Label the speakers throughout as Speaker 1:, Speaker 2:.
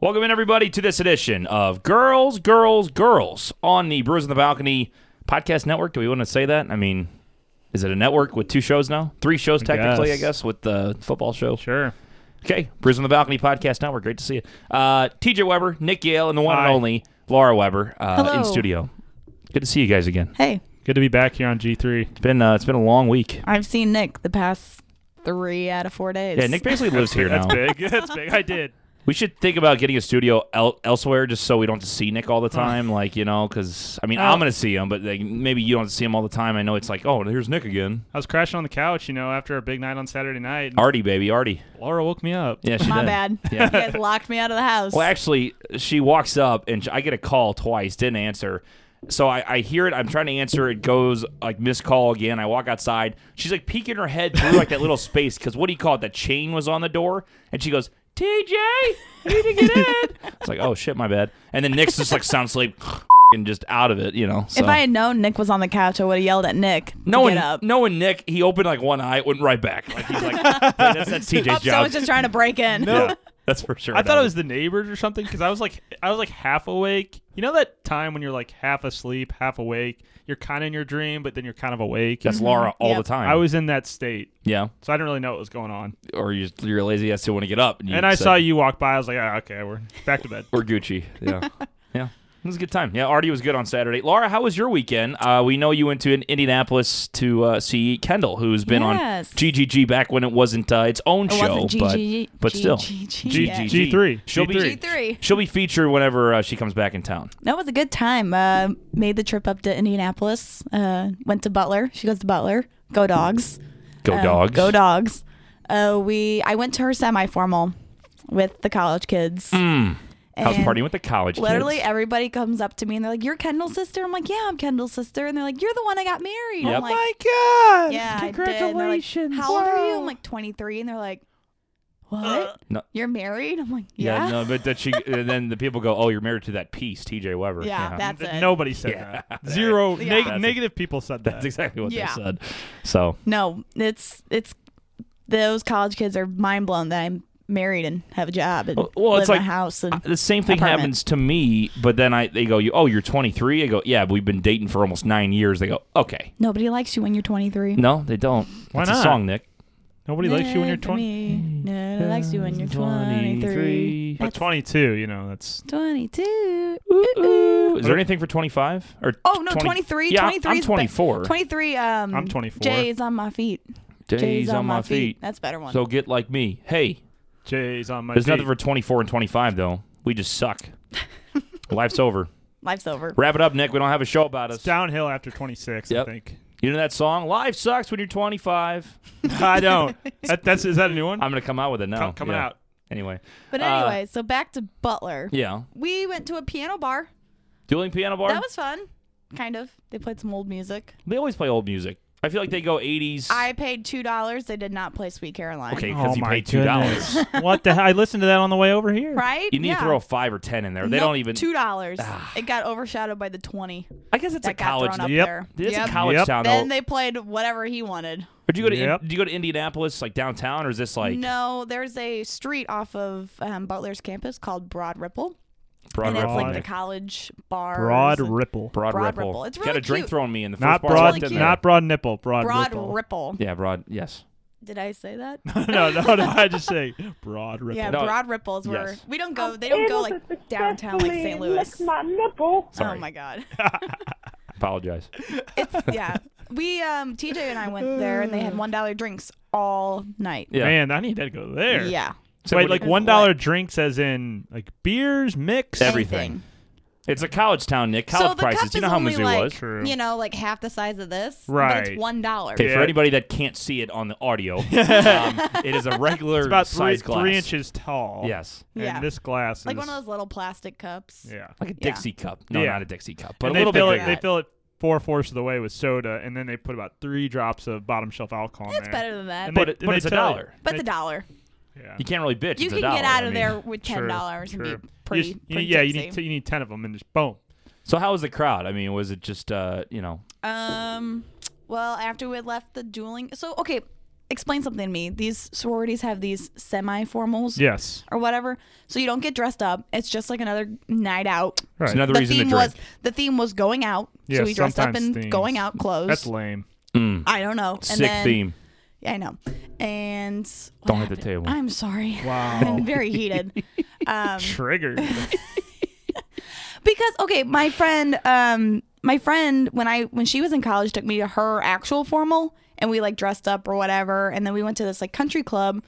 Speaker 1: Welcome in, everybody, to this edition of Girls, Girls, Girls on the Brewers in the Balcony podcast network. Do we want to say that? I mean, is it a network with two shows now? Three shows, technically, I
Speaker 2: guess.
Speaker 1: guess, with the football show.
Speaker 2: Sure.
Speaker 1: Okay, Brewers on the Balcony podcast network. Great to see you. Uh, TJ Weber, Nick Yale, and the one
Speaker 2: Hi.
Speaker 1: and only Laura Weber uh,
Speaker 3: Hello.
Speaker 1: in studio. Good to see you guys again.
Speaker 3: Hey,
Speaker 2: Good to be back here on G3.
Speaker 1: It's been uh, it's been a long week.
Speaker 3: I've seen Nick the past three out of four days.
Speaker 1: Yeah, Nick basically lives here now.
Speaker 2: That's big. That's big. I did.
Speaker 1: We should think about getting a studio el- elsewhere just so we don't have to see Nick all the time. like, you know, because, I mean, I'm
Speaker 2: Oh.
Speaker 1: going to see him, but like, maybe you don't see him all the time. I know it's like, oh, here's Nick again.
Speaker 2: I was crashing on the couch, you know, after a big night on Saturday night. and
Speaker 1: Artie, baby, Artie.
Speaker 2: Laura woke me up.
Speaker 1: Yeah, she
Speaker 3: My
Speaker 1: did.
Speaker 3: bad.
Speaker 1: Yeah.
Speaker 3: You guys locked me out of the house.
Speaker 1: Well, actually, she walks up and sh- I get a call twice, didn't answer. So I, I hear it. I'm trying to answer. It goes like missed call again. I walk outside. She's like peeking her head through like that little space because what do you call it? The chain was on the door, and she goes, "TJ, I need to get in." It's like, oh shit, my bad. And then Nick's just like sound asleep and just out of it, you know. So.
Speaker 3: if I had known Nick was on the couch, I would have yelled at Nick.
Speaker 1: no
Speaker 3: to
Speaker 1: one,
Speaker 3: get up.
Speaker 1: no one. Nick, he opened like one eye, went right back. Like he's like, like, that's, that's TJ's
Speaker 3: Oops, I
Speaker 1: job.
Speaker 3: was Oh, just trying to break in.
Speaker 1: yeah, that's for sure.
Speaker 2: I thought it was the neighbors or something because I was like, I was like half awake. You know that time when you're like half asleep, half awake. You're kind of in your dream, but then you're kind of awake.
Speaker 1: that's Laura all
Speaker 3: Yep.
Speaker 1: the time.
Speaker 2: I was in that state,
Speaker 1: yeah.
Speaker 2: so I didn't really know what was going on.
Speaker 1: or you're, you're lazy ass to want to get up. you
Speaker 2: and I
Speaker 1: said,
Speaker 2: saw you walk by. I was like, ah, okay, we're back to bed.
Speaker 1: Or Gucci. Yeah. yeah. It was a good time. Yeah, Artie was good on Saturday. Laura, how was your weekend? Uh, we know you went to in- Indianapolis to uh, see Kendall, who's been
Speaker 3: Yes.
Speaker 1: on GGG back when it wasn't uh, its own
Speaker 3: It
Speaker 1: show,
Speaker 3: wasn't
Speaker 1: but
Speaker 3: GG
Speaker 1: but still
Speaker 3: GGG, yeah.
Speaker 2: G- G3.
Speaker 1: She'll be
Speaker 3: G3.
Speaker 1: she'll be featured whenever uh, she comes back in town.
Speaker 3: That was a good time. Uh, made the trip up to Indianapolis. Uh, went to Butler. She goes to Butler. Go dogs.
Speaker 1: Go
Speaker 3: Uh,
Speaker 1: dogs.
Speaker 3: Go dogs. Uh, we I went to her semi formal with the college kids.
Speaker 1: Mm. I was
Speaker 3: and-
Speaker 1: partying with the college
Speaker 3: Literally,
Speaker 1: kids.
Speaker 3: everybody comes up to me and they're like, "You're Kendall's sister." I'm like, "Yeah, I'm Kendall's sister." And they're like, "You're the one I got married."
Speaker 1: Yep. Oh
Speaker 3: I'm like,
Speaker 2: God!
Speaker 3: "Yeah, congratulations." How old are you? I'm like 23, and they're like, "What?
Speaker 1: No.
Speaker 3: You're married?" I'm like,
Speaker 1: yeah.
Speaker 3: "Yeah,
Speaker 1: no, but that she and then the people go, "Oh, you're married to that piece, TJ Weber."
Speaker 3: Yeah, that's it."
Speaker 2: Nobody said
Speaker 1: Yeah.
Speaker 2: that. Zero
Speaker 3: Yeah.
Speaker 2: neg-
Speaker 1: That's a-
Speaker 2: negative people said that.
Speaker 1: that's exactly what
Speaker 3: Yeah.
Speaker 1: they said. So
Speaker 3: no, it's it's those college kids are mind blown that I'm married and have a job and
Speaker 1: Well, well,
Speaker 3: live
Speaker 1: it's
Speaker 3: in a
Speaker 1: like-
Speaker 3: house and
Speaker 1: Uh, the same thing
Speaker 3: apartment.
Speaker 1: happens to me, but then I they go, "You oh, you're 23." I go, "Yeah, but we've been dating for almost nine years." They go, "Okay,
Speaker 3: nobody likes you when you're 23."
Speaker 1: no, they don't."
Speaker 2: Why
Speaker 1: it's A
Speaker 2: not?
Speaker 1: song, Nick.
Speaker 2: Nobody likes you when you're 20.
Speaker 3: twenty. Nobody likes you when you're 23.
Speaker 1: 23.
Speaker 2: But
Speaker 3: That's
Speaker 2: 22, you know, that's
Speaker 3: 22.
Speaker 1: Is there anything for 25 or?
Speaker 3: Oh no,
Speaker 1: 20
Speaker 3: 23.
Speaker 1: Yeah,
Speaker 3: 23
Speaker 1: I'm
Speaker 3: is be-
Speaker 1: 24.
Speaker 3: 23. Um,
Speaker 2: I'm 24.
Speaker 3: Jay is on my feet.
Speaker 1: Days on my feet.
Speaker 3: That's a better one.
Speaker 1: So get like me. Hey,
Speaker 2: Jay's on my
Speaker 1: there's
Speaker 2: feet.
Speaker 1: nothing for 24 and 25 though. We just suck. Life's over.
Speaker 3: Life's over.
Speaker 1: Wrap it up, Nick. We don't have a show about us.
Speaker 2: downhill after 26,
Speaker 1: Yep.
Speaker 2: I think.
Speaker 1: You know that song? Life sucks when you're 25.
Speaker 2: I don't. That, that's is that a new one?
Speaker 1: I'm gonna come out with it now.
Speaker 2: Com- coming
Speaker 1: Yeah.
Speaker 2: out.
Speaker 1: Anyway.
Speaker 3: But
Speaker 1: Uh,
Speaker 3: anyway, so back to Butler.
Speaker 1: Yeah.
Speaker 3: We went to a piano bar.
Speaker 1: Dueling piano bar.
Speaker 3: That was fun. Kind of. They played some old music.
Speaker 1: They always play old music. I feel like they go 80s.
Speaker 3: I paid two dollars. They did not play Sweet Caroline.
Speaker 1: okay, because
Speaker 2: oh
Speaker 1: he
Speaker 2: my
Speaker 1: paid two dollars.
Speaker 2: goodness. what the hell? I listened to that on the way over here.
Speaker 3: Right?
Speaker 1: You need
Speaker 3: Yeah.
Speaker 1: to throw a five or ten in there. They
Speaker 3: Nope,
Speaker 1: don't even.
Speaker 3: two dollars.
Speaker 1: Ah.
Speaker 3: It got overshadowed by the twenty
Speaker 1: I guess it's
Speaker 3: that
Speaker 1: a
Speaker 3: got
Speaker 1: college.
Speaker 3: thrown up
Speaker 2: Yep.
Speaker 3: there.
Speaker 1: It's
Speaker 3: Yep.
Speaker 1: a college
Speaker 2: Yep.
Speaker 1: town.
Speaker 3: Then
Speaker 1: Though.
Speaker 3: they played whatever he wanted.
Speaker 1: Or do you go to?
Speaker 2: Yep.
Speaker 1: In, do you go to Indianapolis, like downtown, or is this like
Speaker 3: no, there's a street off of um, Butler's campus called Broad Ripple,
Speaker 1: Broad
Speaker 3: and it's
Speaker 1: Ripple?
Speaker 3: like
Speaker 2: Ripple.
Speaker 3: the college bar.
Speaker 2: Broad Ripple.
Speaker 1: Broad,
Speaker 3: Broad
Speaker 1: Ripple.
Speaker 3: Ripple. It's
Speaker 1: Got a
Speaker 3: really
Speaker 1: drink
Speaker 3: cute.
Speaker 1: thrown me in the first
Speaker 2: Not
Speaker 1: bar I
Speaker 2: broad,
Speaker 1: walked
Speaker 3: It's
Speaker 1: in
Speaker 3: really
Speaker 1: there.
Speaker 2: not broad nipple. Broad,
Speaker 3: Broad
Speaker 2: ripple.
Speaker 3: Ripple.
Speaker 1: Yeah, broad. Yes.
Speaker 3: Did I say that?
Speaker 2: no, no, no. I just say broad ripple.
Speaker 3: Yeah,
Speaker 1: No.
Speaker 3: Broad Ripple is where
Speaker 1: Yes.
Speaker 3: we don't go. They don't go like downtown, like St. Louis.
Speaker 1: Sorry.
Speaker 3: Oh my God.
Speaker 1: Apologize.
Speaker 3: It's yeah. We um TJ and I went there, and they had one dollar drinks all night.
Speaker 1: Yeah.
Speaker 2: Man, I need to go there.
Speaker 3: Yeah.
Speaker 1: So
Speaker 2: Wait,
Speaker 1: what-
Speaker 2: like
Speaker 3: It's
Speaker 2: one dollar
Speaker 3: what?
Speaker 2: drinks, as in like beers, mix.
Speaker 1: Every- Everything. It's a college town, Nick. College
Speaker 3: so the
Speaker 1: prices.
Speaker 3: cup
Speaker 1: you
Speaker 3: is
Speaker 1: know how
Speaker 3: only
Speaker 1: Mizzou
Speaker 3: like
Speaker 1: was.
Speaker 2: True.
Speaker 3: you know like half the size of this. But
Speaker 2: Right.
Speaker 3: it's one dollar.
Speaker 1: Okay, for
Speaker 2: Yeah.
Speaker 1: anybody that can't see it on the audio, um, it is a regular
Speaker 2: It's about three,
Speaker 1: size glass.
Speaker 2: three inches tall.
Speaker 1: Yes.
Speaker 2: And
Speaker 3: Yeah.
Speaker 2: this glass is
Speaker 3: Like one of those little plastic cups.
Speaker 2: Yeah.
Speaker 1: Like a
Speaker 3: Yeah.
Speaker 1: Dixie cup. No,
Speaker 2: Yeah.
Speaker 1: not a Dixie cup, but
Speaker 2: and
Speaker 1: a little
Speaker 2: they fill
Speaker 1: bit
Speaker 2: it.
Speaker 1: bigger.
Speaker 2: They fill it four fourths of the way with soda, and then they put about three drops of bottom shelf alcohol. in
Speaker 3: That's
Speaker 2: there.
Speaker 3: better than that.
Speaker 2: And
Speaker 1: But
Speaker 2: they-
Speaker 1: it-
Speaker 2: and
Speaker 1: but
Speaker 2: they
Speaker 1: it's a
Speaker 2: tell you-
Speaker 1: dollar.
Speaker 3: but
Speaker 2: they-
Speaker 3: the dollar.
Speaker 2: yeah.
Speaker 1: You can't really bitch.
Speaker 3: You
Speaker 1: it's
Speaker 3: can
Speaker 1: a dollar.
Speaker 3: get out
Speaker 1: I
Speaker 3: of
Speaker 1: mean.
Speaker 3: there with ten
Speaker 2: Sure,
Speaker 3: dollars and
Speaker 2: sure.
Speaker 3: be
Speaker 2: You
Speaker 3: pretty.
Speaker 2: just- you-
Speaker 3: pretty
Speaker 2: yeah, you
Speaker 3: tipsy.
Speaker 2: need t- you need ten of them, and just boom.
Speaker 1: So how was the crowd? I mean, was it just uh, you know?
Speaker 3: Um, well, after we had left the dueling, so okay, explain something to me. These sororities have these semi formals
Speaker 2: Yes.
Speaker 3: or whatever, so you don't get dressed up. It's just like another night out.
Speaker 2: Right.
Speaker 1: It's another
Speaker 3: The
Speaker 1: reason to
Speaker 3: theme
Speaker 1: drink.
Speaker 3: was the theme was going out,
Speaker 2: Yeah,
Speaker 3: so we dressed up
Speaker 2: sometimes
Speaker 3: in
Speaker 2: themes.
Speaker 3: going out clothes.
Speaker 2: That's lame.
Speaker 3: I don't know. And
Speaker 1: Sick
Speaker 3: then-
Speaker 1: theme.
Speaker 3: Yeah, I know. And what
Speaker 1: Don't hit the
Speaker 3: happened?
Speaker 1: table.
Speaker 3: I'm sorry.
Speaker 2: Wow.
Speaker 3: I'm very heated. Um,
Speaker 2: Triggered.
Speaker 3: because okay my friend um my friend when i when she was in college took me to her actual formal and we like dressed up or whatever and then we went to this like country club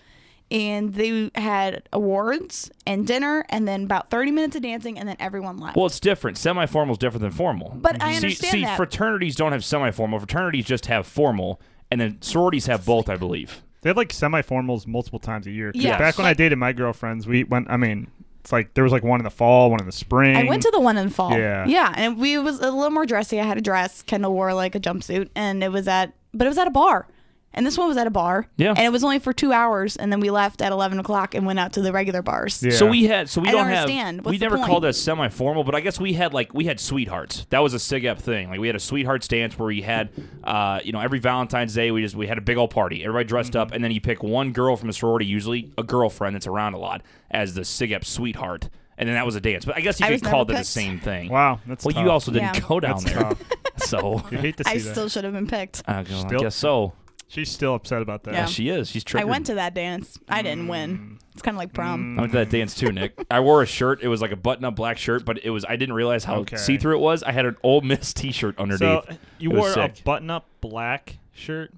Speaker 3: and they had awards and dinner and then about 30 minutes of dancing and then everyone left
Speaker 1: Well, it's different. Semi formal is different than formal.
Speaker 3: but i
Speaker 1: see,
Speaker 3: understand
Speaker 1: see
Speaker 3: that
Speaker 1: fraternities don't have semi formal. Fraternities just have formal, and then sororities have both, I believe.
Speaker 2: They have like semi-formals multiple times a year. 'Cause
Speaker 3: Yes.
Speaker 2: Back when I dated my girlfriends, we went. I mean, it's like there was like one in the fall, one in the spring.
Speaker 3: i went to the one in the fall
Speaker 2: Yeah.
Speaker 3: yeah and we it was a little more dressy i had a dress kendall wore like a jumpsuit and it was at but it was at a bar and this one was at a bar
Speaker 1: Yeah.
Speaker 3: and it was only for two hours and then we left at 11 o'clock and went out to the regular bars
Speaker 2: Yeah.
Speaker 1: So we had so we
Speaker 3: I
Speaker 1: don't,
Speaker 3: don't
Speaker 1: have
Speaker 3: understand.
Speaker 1: we
Speaker 3: What's the
Speaker 1: never
Speaker 3: point?
Speaker 1: called that semi formal, but I guess we had like we had sweethearts. That was a sig up thing. Like we had a sweethearts dance where we had uh, you know, every Valentine's Day we just we had a big old party. Everybody dressed up
Speaker 3: Mm-hmm.
Speaker 1: and then you pick one girl from a sorority, usually a girlfriend that's around a lot, as the sig up sweetheart. And then that was a dance. But I guess you
Speaker 3: I
Speaker 1: could
Speaker 3: was
Speaker 1: call that
Speaker 3: never
Speaker 1: the
Speaker 3: picked.
Speaker 1: same thing.
Speaker 2: Wow, that's
Speaker 1: Well
Speaker 2: tough.
Speaker 1: you also didn't
Speaker 3: Yeah.
Speaker 1: go down
Speaker 2: That's
Speaker 1: there.
Speaker 2: tough.
Speaker 1: So uh,
Speaker 2: You hate to see
Speaker 3: I
Speaker 2: that.
Speaker 3: still should have been picked.
Speaker 1: I go, I
Speaker 2: Still-
Speaker 1: guess so.
Speaker 2: She's still upset about that.
Speaker 3: Yeah.
Speaker 1: She is. She's
Speaker 3: I
Speaker 1: triggered.
Speaker 3: went to that dance. I didn't
Speaker 2: Mm.
Speaker 3: win. It's kind of like prom.
Speaker 1: I went to that dance too, Nick. I wore a shirt. It was like a button-up black shirt, but it was I didn't realize how
Speaker 2: Okay.
Speaker 1: see-through it was. I had an old Miss T-shirt underneath.
Speaker 2: So uh, you
Speaker 1: It was
Speaker 2: wore a
Speaker 1: sick.
Speaker 2: button-up black shirt.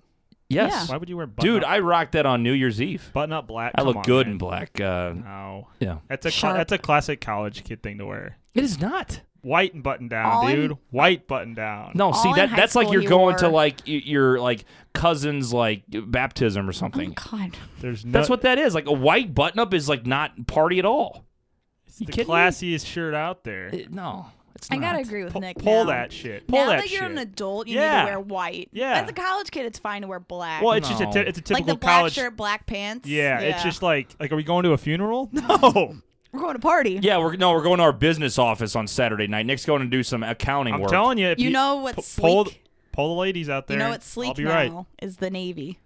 Speaker 1: yes,
Speaker 2: Why would you wear button
Speaker 1: dude, I rocked that on New Year's Eve.
Speaker 2: button-up black.
Speaker 1: I
Speaker 2: Come
Speaker 1: look
Speaker 2: on,
Speaker 1: good
Speaker 2: man.
Speaker 1: in black. Uh,
Speaker 2: No,
Speaker 1: yeah,
Speaker 2: that's a cla-
Speaker 3: Sharp.
Speaker 2: that's a classic college kid thing to wear.
Speaker 1: it is not.
Speaker 2: White and button down,
Speaker 3: All in-
Speaker 2: dude. White button down.
Speaker 1: No, see
Speaker 3: in
Speaker 1: that
Speaker 3: high
Speaker 1: that's like
Speaker 3: school
Speaker 1: you're
Speaker 3: you
Speaker 1: going to
Speaker 3: wore-
Speaker 1: like y- your like cousin's like baptism or
Speaker 3: Oh
Speaker 1: something.
Speaker 3: God.
Speaker 2: there's no.
Speaker 1: that's what that is. Like a white button-up is like not party at all.
Speaker 2: it's
Speaker 1: you
Speaker 2: the
Speaker 1: kidding me?
Speaker 2: classiest shirt out there.
Speaker 1: It- no, it's
Speaker 3: Uh, I
Speaker 1: not.
Speaker 3: gotta agree with
Speaker 2: Pu-
Speaker 3: Nick.
Speaker 2: pull
Speaker 3: now.
Speaker 2: that shit. Pull
Speaker 3: Now
Speaker 2: that,
Speaker 3: that you're
Speaker 2: shit.
Speaker 3: an adult, you
Speaker 2: Yeah.
Speaker 3: need to wear white.
Speaker 2: Yeah.
Speaker 3: As a college kid, it's fine to wear black.
Speaker 2: well, it's just a
Speaker 1: No.
Speaker 2: ty- it's a
Speaker 3: like
Speaker 2: typical
Speaker 3: the black
Speaker 2: college.
Speaker 3: shirt, black pants.
Speaker 2: Yeah, it's just like like are we going to a funeral? No.
Speaker 3: we're going to party.
Speaker 1: Yeah, we're no, we're going to our business office on Saturday night. Nick's going to do some accounting
Speaker 2: I'm
Speaker 1: work.
Speaker 2: telling you. If
Speaker 3: You know what's
Speaker 2: p-
Speaker 3: sleek.
Speaker 2: pull th- pull the ladies out
Speaker 3: you
Speaker 2: there.
Speaker 3: know what's
Speaker 2: I'll
Speaker 3: sleek
Speaker 2: be
Speaker 3: now
Speaker 2: right.
Speaker 3: is the navy.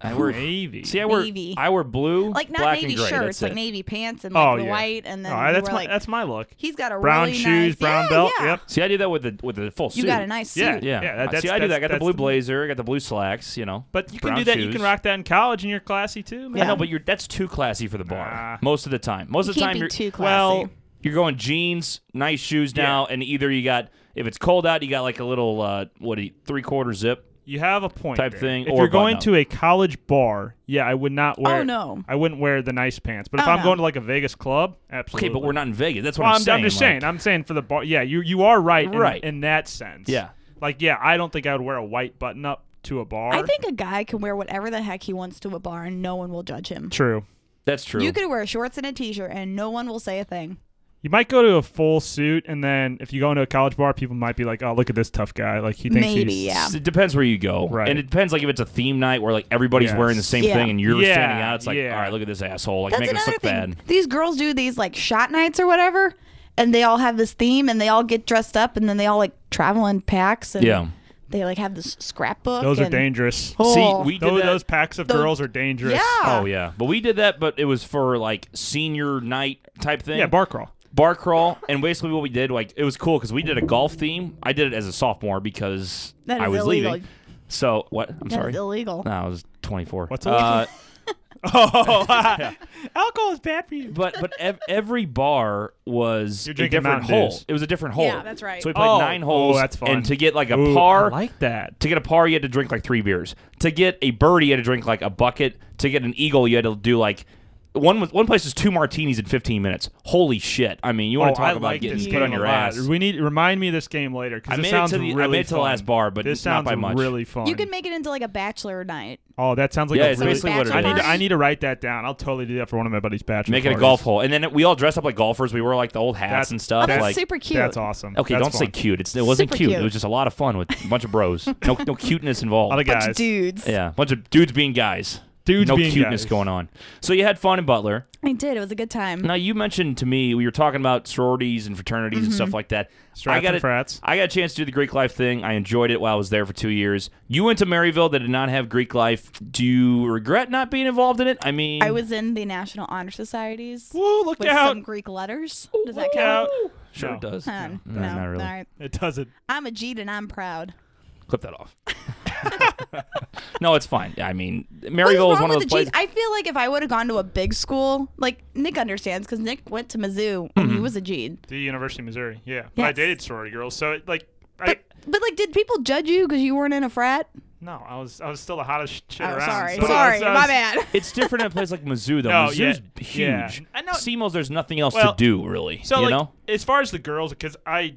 Speaker 1: I wear
Speaker 2: Navy.
Speaker 1: See, I wear
Speaker 3: Navy.
Speaker 1: I wear blue,
Speaker 3: Like not
Speaker 1: black
Speaker 3: navy
Speaker 1: and gray.
Speaker 3: shirts,
Speaker 1: That's
Speaker 3: like
Speaker 1: it.
Speaker 3: navy pants and like
Speaker 2: Oh,
Speaker 3: the
Speaker 2: yeah.
Speaker 3: white, and then
Speaker 2: Oh,
Speaker 3: you
Speaker 2: that's
Speaker 3: were
Speaker 2: my
Speaker 3: like,
Speaker 2: that's my look.
Speaker 3: he's got a
Speaker 2: Brown
Speaker 3: really
Speaker 2: shoes,
Speaker 3: nice,
Speaker 2: brown
Speaker 3: yeah,
Speaker 2: belt.
Speaker 3: yeah.
Speaker 2: Yep.
Speaker 1: See, I do that with the with the full
Speaker 3: You
Speaker 1: suit.
Speaker 3: got a nice suit.
Speaker 1: Yeah,
Speaker 2: Yeah. that- that's-
Speaker 1: See, I do that. I got the
Speaker 2: that's-
Speaker 1: blue
Speaker 2: that's-
Speaker 1: blazer. I got the blue slacks. You know,
Speaker 2: But you can
Speaker 1: brown
Speaker 2: do that. You can
Speaker 1: shoes.
Speaker 2: rock that in college, and you're classy too. Man.
Speaker 1: I know, but you're that's too classy for the bar.
Speaker 2: Nah.
Speaker 1: Most of the time, most
Speaker 3: You
Speaker 1: of the
Speaker 3: can't
Speaker 1: time,
Speaker 3: be
Speaker 1: you're
Speaker 3: too classy.
Speaker 2: well,
Speaker 1: you're going jeans, nice shoes now, and either you got if it's cold out, you got like a little uh, what three quarter zip.
Speaker 2: you have a point.
Speaker 1: Type
Speaker 2: there.
Speaker 1: thing
Speaker 2: If
Speaker 1: or
Speaker 2: you're going
Speaker 1: button-up.
Speaker 2: to a college bar, yeah, I would not wear.
Speaker 3: Oh, no.
Speaker 2: I wouldn't wear the nice pants. But if
Speaker 3: Oh,
Speaker 2: I'm
Speaker 3: no.
Speaker 2: going to like a Vegas club,
Speaker 1: Okay,
Speaker 2: absolutely.
Speaker 1: but we're not in Vegas. That's what
Speaker 2: Well,
Speaker 1: I'm, saying.
Speaker 2: just
Speaker 1: like-
Speaker 2: saying. I'm saying for the bar. Yeah, you you are right. in-
Speaker 1: Right.
Speaker 2: In, that sense.
Speaker 1: Yeah.
Speaker 2: Like yeah, I don't think I would wear a white button up to a bar.
Speaker 3: I think a guy can wear whatever the heck he wants to a bar, and no one will judge him.
Speaker 2: true.
Speaker 1: that's true.
Speaker 3: You could wear shorts and a t-shirt, and no one will say a thing.
Speaker 2: You might go to a full suit, and then if you go into a college bar, people might be like, "Oh, look at this tough guy. Like he thinks
Speaker 3: Maybe,
Speaker 2: he's
Speaker 3: yeah.
Speaker 1: It depends where you go,
Speaker 2: Right.
Speaker 1: and it depends like if it's a theme night where like everybody's
Speaker 2: Yes.
Speaker 1: wearing the same
Speaker 3: Yeah.
Speaker 1: thing and you're
Speaker 2: Yeah,
Speaker 1: standing out. It's like,
Speaker 2: yeah.
Speaker 1: all right, look at this asshole, like
Speaker 3: That's
Speaker 1: making us
Speaker 3: another
Speaker 1: look
Speaker 3: thing.
Speaker 1: bad.
Speaker 3: These girls do these like shot nights or whatever, and they all have this theme, and they all get dressed up, and then they all like travel in packs, and
Speaker 1: Yeah.
Speaker 3: they like have this scrapbook.
Speaker 2: Those are
Speaker 3: and-
Speaker 2: dangerous.
Speaker 3: Oh.
Speaker 1: See, we did
Speaker 2: Those,
Speaker 1: that.
Speaker 2: those packs of
Speaker 3: Those-
Speaker 2: girls are dangerous.
Speaker 3: Yeah.
Speaker 1: Oh yeah, but we did that, but it was for like senior night type thing.
Speaker 2: Yeah, bar crawl.
Speaker 1: bar crawl, and basically what we did, like it was cool because we did a golf theme. I did it as a sophomore because
Speaker 3: That
Speaker 1: I
Speaker 3: is
Speaker 1: was
Speaker 3: illegal.
Speaker 1: leaving. So what? I'm
Speaker 3: That
Speaker 1: sorry.
Speaker 3: is illegal.
Speaker 1: No, I was 24.
Speaker 2: What's illegal?
Speaker 1: uh,
Speaker 2: Oh, alcohol is bad for you.
Speaker 1: but but ev- every bar was
Speaker 2: You're
Speaker 1: a
Speaker 2: drinking
Speaker 1: different
Speaker 2: Mountain
Speaker 1: hole.
Speaker 2: Dews.
Speaker 1: It was a different hole.
Speaker 3: Yeah, that's right.
Speaker 1: So we played
Speaker 2: Oh.
Speaker 1: nine holes.
Speaker 2: Oh, that's fun.
Speaker 1: And to get like a
Speaker 2: Ooh,
Speaker 1: par,
Speaker 2: I like that.
Speaker 1: to get a par, you had to drink like three beers. To get a birdie, you had to drink like a bucket. To get an eagle, you had to do like one. was- One place is two martinis in fifteen minutes. Holy shit! I mean, you
Speaker 2: Oh,
Speaker 1: want to
Speaker 2: I
Speaker 1: talk about
Speaker 2: like this
Speaker 1: getting
Speaker 2: game
Speaker 1: put on your
Speaker 2: a lot.
Speaker 1: ass?
Speaker 2: We need remind me of this game later
Speaker 1: I
Speaker 2: because it
Speaker 1: made it
Speaker 2: sounds
Speaker 1: to the- I
Speaker 2: really
Speaker 1: made it to the
Speaker 2: fun.
Speaker 1: last bar, but
Speaker 2: this
Speaker 1: not
Speaker 2: sounds
Speaker 1: by much.
Speaker 2: really fun.
Speaker 3: You can make it into like a bachelor night.
Speaker 2: oh, that sounds like
Speaker 1: Yeah,
Speaker 2: a
Speaker 1: it's
Speaker 2: really.
Speaker 1: basically what it
Speaker 2: I
Speaker 1: is.
Speaker 2: need to, I need to write that down. I'll totally do that for one of my buddies' bachelor.
Speaker 1: Make it a
Speaker 2: parties.
Speaker 1: golf hole, and then we all dressed up like golfers. We wore like the old hats
Speaker 2: That's-
Speaker 1: and stuff.
Speaker 3: that's
Speaker 1: like,
Speaker 3: super cute.
Speaker 2: That's awesome.
Speaker 1: okay,
Speaker 2: That's
Speaker 1: don't say
Speaker 2: fun.
Speaker 1: cute. It's, it wasn't
Speaker 3: Super
Speaker 1: cute.
Speaker 3: cute.
Speaker 1: It was just a lot of fun with a bunch of bros. No, no cuteness
Speaker 2: A lot
Speaker 1: involved.
Speaker 2: of
Speaker 3: Bunch
Speaker 2: guys.
Speaker 3: of dudes.
Speaker 1: Yeah, bunch of dudes being guys.
Speaker 2: Dudes
Speaker 1: no
Speaker 2: being
Speaker 1: cuteness
Speaker 2: guys.
Speaker 1: going on. So you had fun in Butler.
Speaker 3: I did. It was a good time.
Speaker 1: Now you mentioned to me we were talking about sororities and fraternities and
Speaker 2: Mm-hmm.
Speaker 1: stuff like that.
Speaker 2: Strats
Speaker 1: I got
Speaker 2: and
Speaker 1: a-
Speaker 2: frats.
Speaker 1: I got a chance to do the Greek life thing. I enjoyed it while I was there for two years. You went to Maryville that did not have Greek life. Do you regret not being involved in it? I mean,
Speaker 3: I was in the National Honor Societies
Speaker 2: Woo, look
Speaker 3: with
Speaker 2: out.
Speaker 3: some Greek letters. Does that
Speaker 2: Look
Speaker 3: count?
Speaker 2: out.
Speaker 1: sure
Speaker 2: No.
Speaker 1: it does. Mm.
Speaker 3: Um,
Speaker 1: No,
Speaker 3: no,
Speaker 1: not really.
Speaker 3: All right.
Speaker 2: It doesn't.
Speaker 3: I'm a Jeet and I'm proud.
Speaker 1: Clip that off. no, it's fine. I mean,
Speaker 3: What's
Speaker 1: Maryville is
Speaker 3: wrong
Speaker 1: one of those
Speaker 3: with the
Speaker 1: places.
Speaker 3: Jeets? I feel like if I would have gone to a big school, like Nick understands because Nick went to Mizzou and
Speaker 1: Hmm.
Speaker 3: he was a Jeet.
Speaker 2: The University of Missouri. Yeah. But I
Speaker 3: Yes.
Speaker 2: dated sorority girls, so it, like I
Speaker 3: But, but like, did people judge you because you weren't in a frat?
Speaker 2: no, I was I was still the hottest shit
Speaker 3: Oh,
Speaker 2: around.
Speaker 3: sorry,
Speaker 2: so I
Speaker 3: sorry,
Speaker 2: was- I
Speaker 3: my
Speaker 2: was-
Speaker 3: bad.
Speaker 1: It's different in a place like Mizzou, though.
Speaker 2: No, yeah,
Speaker 1: Mizzou's
Speaker 2: yeah.
Speaker 1: huge.
Speaker 2: I know-
Speaker 1: SEMO's, there's nothing else
Speaker 2: Well,
Speaker 1: to do, really.
Speaker 2: So
Speaker 1: you
Speaker 2: like
Speaker 1: know?
Speaker 2: as far as the girls, because I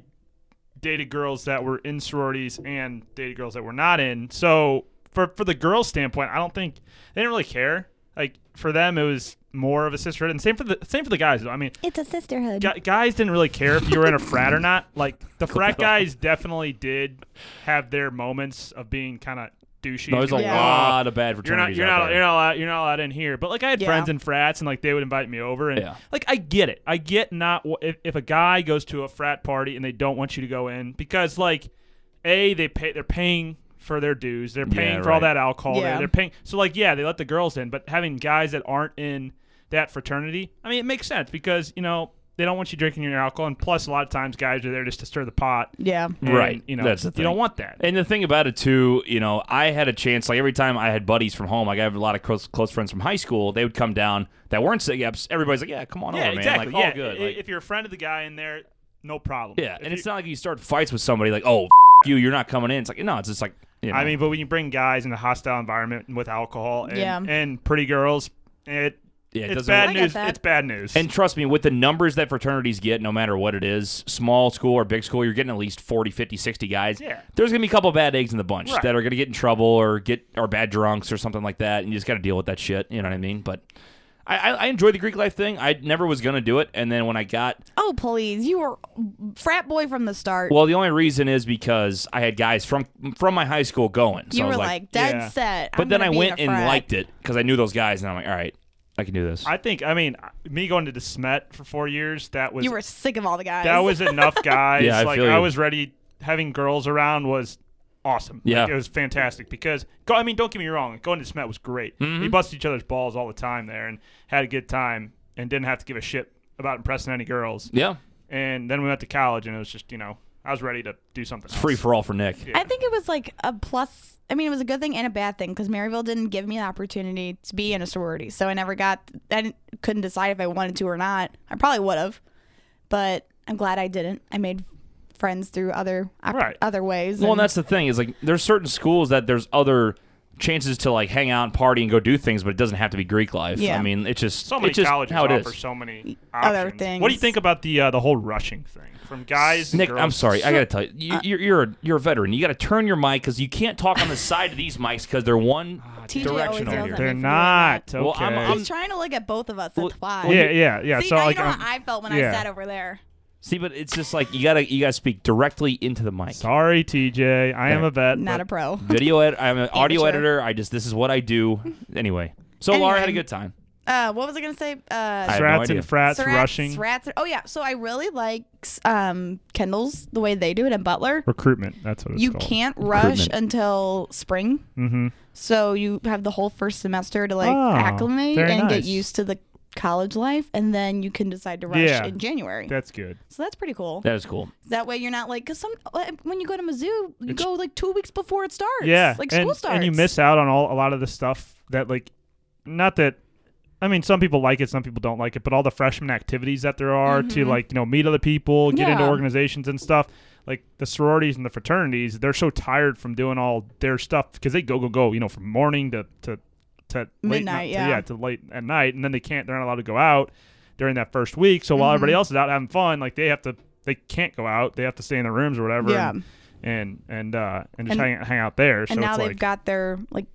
Speaker 2: dated girls that were in sororities and dated girls that were not in. So for for the girls' standpoint, I don't think they didn't really care. Like for them, it was more of a sisterhood, and same for the same for the guys. though. I mean,
Speaker 3: It's a sisterhood.
Speaker 2: gu- guys didn't really care if you were in a frat or not. Like the frat
Speaker 1: that off.
Speaker 2: guys definitely did have their moments of being kind of douchey.
Speaker 1: No, there's a
Speaker 3: Yeah.
Speaker 1: lot of bad
Speaker 2: You're not
Speaker 1: fraternities
Speaker 2: you're
Speaker 1: out
Speaker 2: not
Speaker 1: there.
Speaker 2: you're not allowed, you're not allowed in here. But like I had
Speaker 3: Yeah.
Speaker 2: friends in frats and like they would invite me over and
Speaker 1: Yeah.
Speaker 2: like I get it. I get not w- if if a guy goes to a frat party and they don't want you to go in because like a they pay they're paying for their dues. They're paying
Speaker 1: Yeah,
Speaker 2: for all
Speaker 1: right.
Speaker 2: that alcohol. there.
Speaker 3: Yeah.
Speaker 2: They're paying. So like yeah, they let the girls in, but having guys that aren't in that fraternity, I mean it makes sense because, you know, they don't want you drinking your alcohol and plus a lot of times guys are there just to stir the pot.
Speaker 3: yeah.
Speaker 2: and,
Speaker 1: Right.
Speaker 2: You know,
Speaker 1: That's the
Speaker 2: you don't
Speaker 1: thing.
Speaker 2: want that.
Speaker 1: And the thing about it too, you know, I had a chance. Like every time I had buddies from home, like I have a lot of close, close friends from high school. They would come down that weren't sit ups. Everybody's like, "Yeah, come on
Speaker 2: yeah,
Speaker 1: over,
Speaker 2: exactly.
Speaker 1: Oh, man." Like,
Speaker 2: yeah.
Speaker 1: all good.
Speaker 2: I-
Speaker 1: Like,
Speaker 2: if you're a friend of the guy in there, no problem.
Speaker 1: yeah,
Speaker 2: If
Speaker 1: and
Speaker 2: you-
Speaker 1: it's not like you start fights with somebody like, "Oh, f- you, you're not coming in." It's like no, it's just like you know,
Speaker 2: I mean, but when you bring guys in a hostile environment with alcohol and,
Speaker 3: Yeah.
Speaker 2: and pretty girls, it,
Speaker 1: yeah, it
Speaker 2: it's
Speaker 1: doesn't.
Speaker 2: bad
Speaker 3: I get
Speaker 2: news.
Speaker 3: that.
Speaker 2: It's bad news.
Speaker 1: And trust me, with the numbers that fraternities get, no matter what it is, small school or big school, you're getting at least 40, 50, 60 guys.
Speaker 2: Yeah.
Speaker 1: There's going to be a couple bad eggs in the bunch
Speaker 2: Right.
Speaker 1: that are going to get in trouble or get or bad drunks or something like that. And you just got to deal with that shit. You know what I mean? But I, I, I enjoy the Greek life thing. I never was going to do it. And then when I got,
Speaker 3: Oh please, you were frat boy from the start.
Speaker 1: well, the only reason is because I had guys from from my high school going. So
Speaker 3: you
Speaker 1: I
Speaker 3: were
Speaker 1: was
Speaker 3: like,
Speaker 1: like,
Speaker 3: dead
Speaker 2: Yeah.
Speaker 3: set. I'm
Speaker 1: but then
Speaker 3: gonna
Speaker 1: I
Speaker 3: be in
Speaker 1: went
Speaker 3: a
Speaker 1: and
Speaker 3: frat.
Speaker 1: liked it because I knew those guys. And I'm like, all right, I can do this.
Speaker 2: I think, I mean, me going to the Smet for four years, that was
Speaker 3: You were sick of all the guys.
Speaker 2: that was enough guys.
Speaker 1: Yeah, I
Speaker 2: like
Speaker 1: feel
Speaker 2: I
Speaker 1: you.
Speaker 2: was ready. Having girls around was awesome.
Speaker 1: Yeah.
Speaker 2: Like, it was fantastic because go, I mean, don't get me wrong. Going to Smet was great.
Speaker 1: Mm-hmm.
Speaker 2: We busted each other's balls all the time there and had a good time and didn't have to give a shit about impressing any girls.
Speaker 1: yeah.
Speaker 2: And then we went to college and it was just you know I was ready to do something.
Speaker 1: Free
Speaker 2: else.
Speaker 1: for all for Nick.
Speaker 3: I think it was like a plus. I mean, it was a good thing and a bad thing because Maryville didn't give me the opportunity to be in a sorority, so I never got. I didn't, couldn't decide if I wanted to or not. I probably would have, but I'm glad I didn't. I made friends through other op-
Speaker 2: Right.
Speaker 3: other ways.
Speaker 1: Well, and
Speaker 3: and
Speaker 1: that's the thing is like there's certain schools that there's other chances to like hang out and party and go do things, but it doesn't have to be Greek life.
Speaker 3: Yeah.
Speaker 1: I mean, it's just
Speaker 2: so many
Speaker 1: it's just
Speaker 2: colleges
Speaker 1: how it
Speaker 2: offer
Speaker 1: is.
Speaker 2: so many
Speaker 3: other
Speaker 2: options.
Speaker 3: things.
Speaker 2: What do you think about the uh, the whole rushing thing from guys? and
Speaker 1: Nick,
Speaker 2: girls?
Speaker 1: I'm sorry, I gotta tell you,
Speaker 3: Uh,
Speaker 1: you you're you're a, you're a veteran. You gotta turn your mic because you can't talk on the side of these mics because they're one
Speaker 2: Ah,
Speaker 3: TJ always
Speaker 1: directional
Speaker 3: yells
Speaker 1: here.
Speaker 3: at
Speaker 2: They're
Speaker 3: me for doing
Speaker 2: not okay.
Speaker 1: Well, I'm- I'm-
Speaker 3: He's trying to look at both of us. That's why.
Speaker 2: yeah, yeah, yeah.
Speaker 3: See,
Speaker 2: so
Speaker 3: now
Speaker 2: like,
Speaker 3: you know
Speaker 2: I'm-
Speaker 3: how I felt when
Speaker 2: yeah.
Speaker 3: I sat over there.
Speaker 1: See, but it's just like you gotta you gotta speak directly into the mic.
Speaker 2: sorry, TJ, I am a vet.
Speaker 3: Not
Speaker 2: but-
Speaker 3: a pro.
Speaker 1: Video ed- I'm an audio
Speaker 3: Amateur.
Speaker 1: editor. I just this is what I do. Anyway, so Laura had a
Speaker 3: Anyway.
Speaker 1: good time.
Speaker 3: Uh, what was I gonna say? Uh,
Speaker 1: I have no
Speaker 2: Strats
Speaker 1: idea.
Speaker 2: and frats
Speaker 3: Surratt-
Speaker 2: rushing
Speaker 3: Surratt's- oh yeah. So I really like um, Kendall's the way they do it at Butler.
Speaker 2: recruitment. That's what it's
Speaker 3: You
Speaker 2: called.
Speaker 3: can't rush
Speaker 1: Recruitment.
Speaker 3: until spring,
Speaker 2: Mm-hmm.
Speaker 3: so you have the whole first semester to like
Speaker 2: Ah,
Speaker 3: acclimate
Speaker 2: very
Speaker 3: and
Speaker 2: nice.
Speaker 3: get used to the college life, and then you can decide to rush
Speaker 2: Yeah.
Speaker 3: in January.
Speaker 2: That's good.
Speaker 3: so that's pretty cool.
Speaker 1: That is cool.
Speaker 3: that way you're not like because some when you go to Mizzou, you go like two weeks before it starts.
Speaker 2: Yeah,
Speaker 3: like
Speaker 2: and,
Speaker 3: school starts.
Speaker 2: and you miss out on all a lot of the stuff that like, not that. I mean, some people like it, some people don't like it, but all the freshman activities that there are to like you know meet other people, get into
Speaker 3: Mm-hmm. Yeah.
Speaker 2: organizations and stuff. Like the sororities and the fraternities, they're so tired from doing all their stuff because they go go go, you know, from morning to to to late
Speaker 3: Midnight,
Speaker 2: night,
Speaker 3: yeah.
Speaker 2: to, yeah, to late at night, and then they can't. They're not allowed to go out during that first week. So while
Speaker 3: Mm-hmm.
Speaker 2: everybody else is out having fun, like they have to, they can't go out. They have to stay in their rooms or whatever.
Speaker 3: Yeah.
Speaker 2: And and and, uh, and just
Speaker 3: And-
Speaker 2: hang, hang out there. so
Speaker 3: and now
Speaker 2: it's
Speaker 3: they've
Speaker 2: like,
Speaker 3: got their like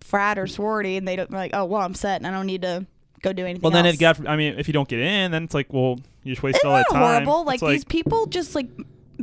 Speaker 3: frat or sorority, and they don't they're like. Oh well, I'm set, and I don't need to go do anything.
Speaker 2: Well, then
Speaker 3: else.
Speaker 2: it got. I mean, if you don't get in, then it's like, well, you just wasted
Speaker 3: Isn't
Speaker 2: all that
Speaker 3: that
Speaker 2: time.
Speaker 3: horrible? Like,
Speaker 2: It's like
Speaker 3: these people just like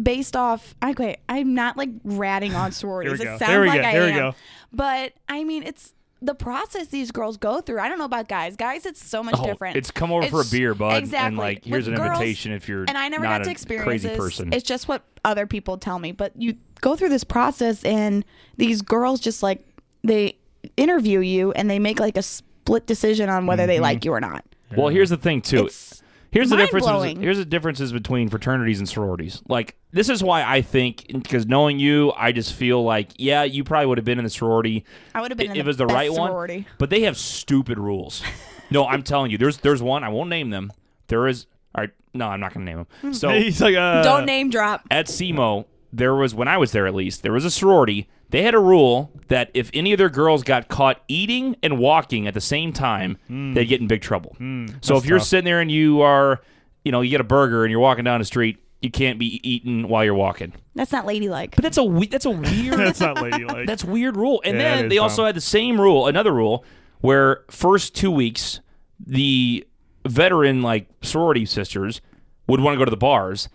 Speaker 3: based off. Okay, I'm not like ratting on
Speaker 2: Here
Speaker 3: sororities.
Speaker 2: we go.
Speaker 3: It sounds
Speaker 2: There we
Speaker 3: like
Speaker 2: go.
Speaker 3: I
Speaker 2: There we
Speaker 3: am,
Speaker 2: go.
Speaker 3: but I mean, it's the process these girls go through. I don't know about guys. Guys, it's so much
Speaker 1: Oh,
Speaker 3: different.
Speaker 1: It's come over for a
Speaker 3: It's-
Speaker 1: beer, bud.
Speaker 3: Exactly.
Speaker 1: And like,
Speaker 3: With
Speaker 1: here's an
Speaker 3: girls-
Speaker 1: invitation if you're
Speaker 3: and I never
Speaker 1: not
Speaker 3: got to
Speaker 1: a
Speaker 3: experience
Speaker 1: crazy
Speaker 3: this.
Speaker 1: person.
Speaker 3: It's just what other people tell me. But you go through this process, and these girls just like they interview you, and they make like a split decision on whether
Speaker 1: Mm-hmm.
Speaker 3: they like you or not.
Speaker 1: well, here's the thing too.
Speaker 3: It's
Speaker 1: Here's the difference.
Speaker 3: mind-blowing.
Speaker 1: Here's the differences between fraternities and sororities. Like this is why I think because knowing you, I just feel like yeah, you probably would have been in the sorority.
Speaker 3: I would have been in
Speaker 1: if it
Speaker 3: the
Speaker 1: was the
Speaker 3: best
Speaker 1: right one.
Speaker 3: sorority.
Speaker 1: But they have stupid rules. no, I'm telling you, there's there's one. I won't name them. There is. All right, no, I'm not gonna name
Speaker 3: Hmm.
Speaker 1: them. So
Speaker 2: He's like, uh,
Speaker 3: don't name drop.
Speaker 1: at SEMO, there was when I was there at least, there was a sorority. They had a rule that if any of their girls got caught eating and walking at the same time, they'd get in big trouble. so if you're sitting there and you are, you know, you get a burger and you're walking down the street, you can't be eating while you're walking.
Speaker 3: That's not ladylike.
Speaker 1: But that's a we- that's a weird
Speaker 2: That's not ladylike.
Speaker 1: that's weird rule. And
Speaker 2: Yeah,
Speaker 1: then
Speaker 2: it
Speaker 1: they
Speaker 2: is
Speaker 1: also
Speaker 2: dumb.
Speaker 1: had the same rule, another rule, where first two weeks the veteran like sorority sisters would want to go to the bars.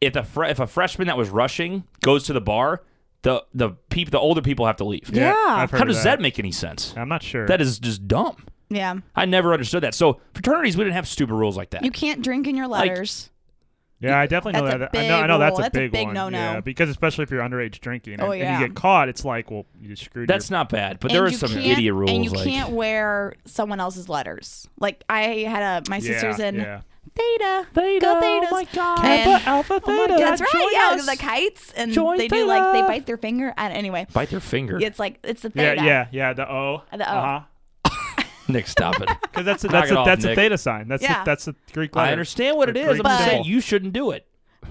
Speaker 1: If a fre- if a freshman that was rushing goes to the bar, the the peop- the older people have to leave.
Speaker 3: Yeah.
Speaker 2: I've heard
Speaker 1: How
Speaker 2: of
Speaker 1: does that. make any sense?
Speaker 2: I'm not sure.
Speaker 1: That is just dumb.
Speaker 3: Yeah,
Speaker 1: I never understood that. So fraternities, we didn't have stupid rules like that.
Speaker 3: you can't drink in your letters.
Speaker 2: yeah, I definitely know
Speaker 3: That's
Speaker 2: that.
Speaker 3: a
Speaker 2: I know, I know
Speaker 3: big
Speaker 2: that's
Speaker 3: rule.
Speaker 2: a
Speaker 3: That's a
Speaker 2: big,
Speaker 3: big
Speaker 2: one.
Speaker 3: no-no.
Speaker 2: Yeah, because especially if you're underage drinking
Speaker 3: Oh,
Speaker 2: and, and
Speaker 3: yeah.
Speaker 2: you get caught, it's like, well, you screwed.
Speaker 1: That's not bad, but
Speaker 3: And
Speaker 1: there are
Speaker 3: you
Speaker 1: some
Speaker 3: can't-
Speaker 1: idiot rules.
Speaker 3: And you
Speaker 1: like,
Speaker 3: can't wear someone else's letters. Like I had a my
Speaker 2: your,
Speaker 3: sister's
Speaker 2: yeah,
Speaker 3: in
Speaker 2: yeah.
Speaker 3: Theta.
Speaker 1: Theta,
Speaker 3: Go Thetas.
Speaker 1: oh my God.
Speaker 3: And-
Speaker 1: Kappa, Alpha,
Speaker 3: Oh my
Speaker 1: Theta,
Speaker 3: God, That's right.
Speaker 1: join
Speaker 3: Yeah,
Speaker 1: us.
Speaker 3: the kites and
Speaker 1: Join
Speaker 3: they do like they
Speaker 1: Theta.
Speaker 3: bite their finger. I don't- anyway,
Speaker 1: bite their finger.
Speaker 3: it's like it's the
Speaker 2: yeah,
Speaker 3: Theta.
Speaker 2: yeah, yeah. The O.
Speaker 3: The O.
Speaker 2: Uh-huh.
Speaker 1: Nick, stop it.
Speaker 2: Because that's a,
Speaker 1: Knock
Speaker 2: that's
Speaker 1: it
Speaker 2: a,
Speaker 1: off,
Speaker 2: that's
Speaker 1: Nick.
Speaker 2: a theta sign. That's
Speaker 3: Yeah.
Speaker 2: a, that's a Greek letter.
Speaker 1: I understand what it is. I'm
Speaker 2: But-
Speaker 1: just saying you shouldn't do it.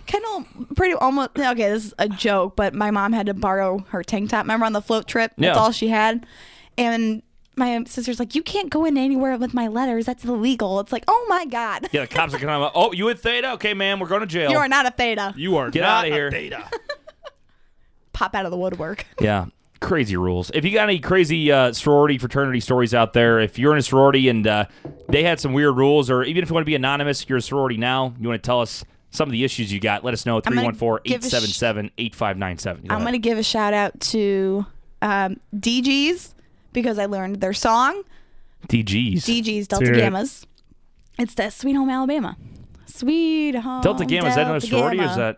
Speaker 3: Kind of pretty almost okay. This is a joke, but my mom had to borrow her tank top. Remember on the float trip? That's
Speaker 1: Yeah.
Speaker 3: all she had, and. My sister's like, you can't go in anywhere with my letters. That's illegal. It's like, oh my god,
Speaker 1: Yeah, the cops are coming. Oh, you in Theta? Okay, ma'am, we're going to jail.
Speaker 3: you are not a theta.
Speaker 2: You are
Speaker 1: Get
Speaker 2: not
Speaker 1: outta
Speaker 2: a
Speaker 1: here.
Speaker 2: Theta.
Speaker 3: Pop out of the woodwork.
Speaker 1: yeah, crazy rules. If you got any crazy uh, sorority fraternity stories out there, if you're in a sorority and uh, they had some weird rules, or even if you want to be anonymous, you're a sorority now, you want to tell us some of the issues you got, let us know.
Speaker 3: gonna give a sh-
Speaker 1: 314-877-8597.
Speaker 3: I'm gonna give a shout out to um, DGs because I learned their song.
Speaker 1: Uh, DGs.
Speaker 3: DGs, Delta
Speaker 2: hear it.
Speaker 3: Gammas. It's that Sweet Home Alabama. Sweet Home
Speaker 1: Delta Gamma, is that another
Speaker 3: Delta
Speaker 1: sorority or
Speaker 3: Gamma.
Speaker 1: is that...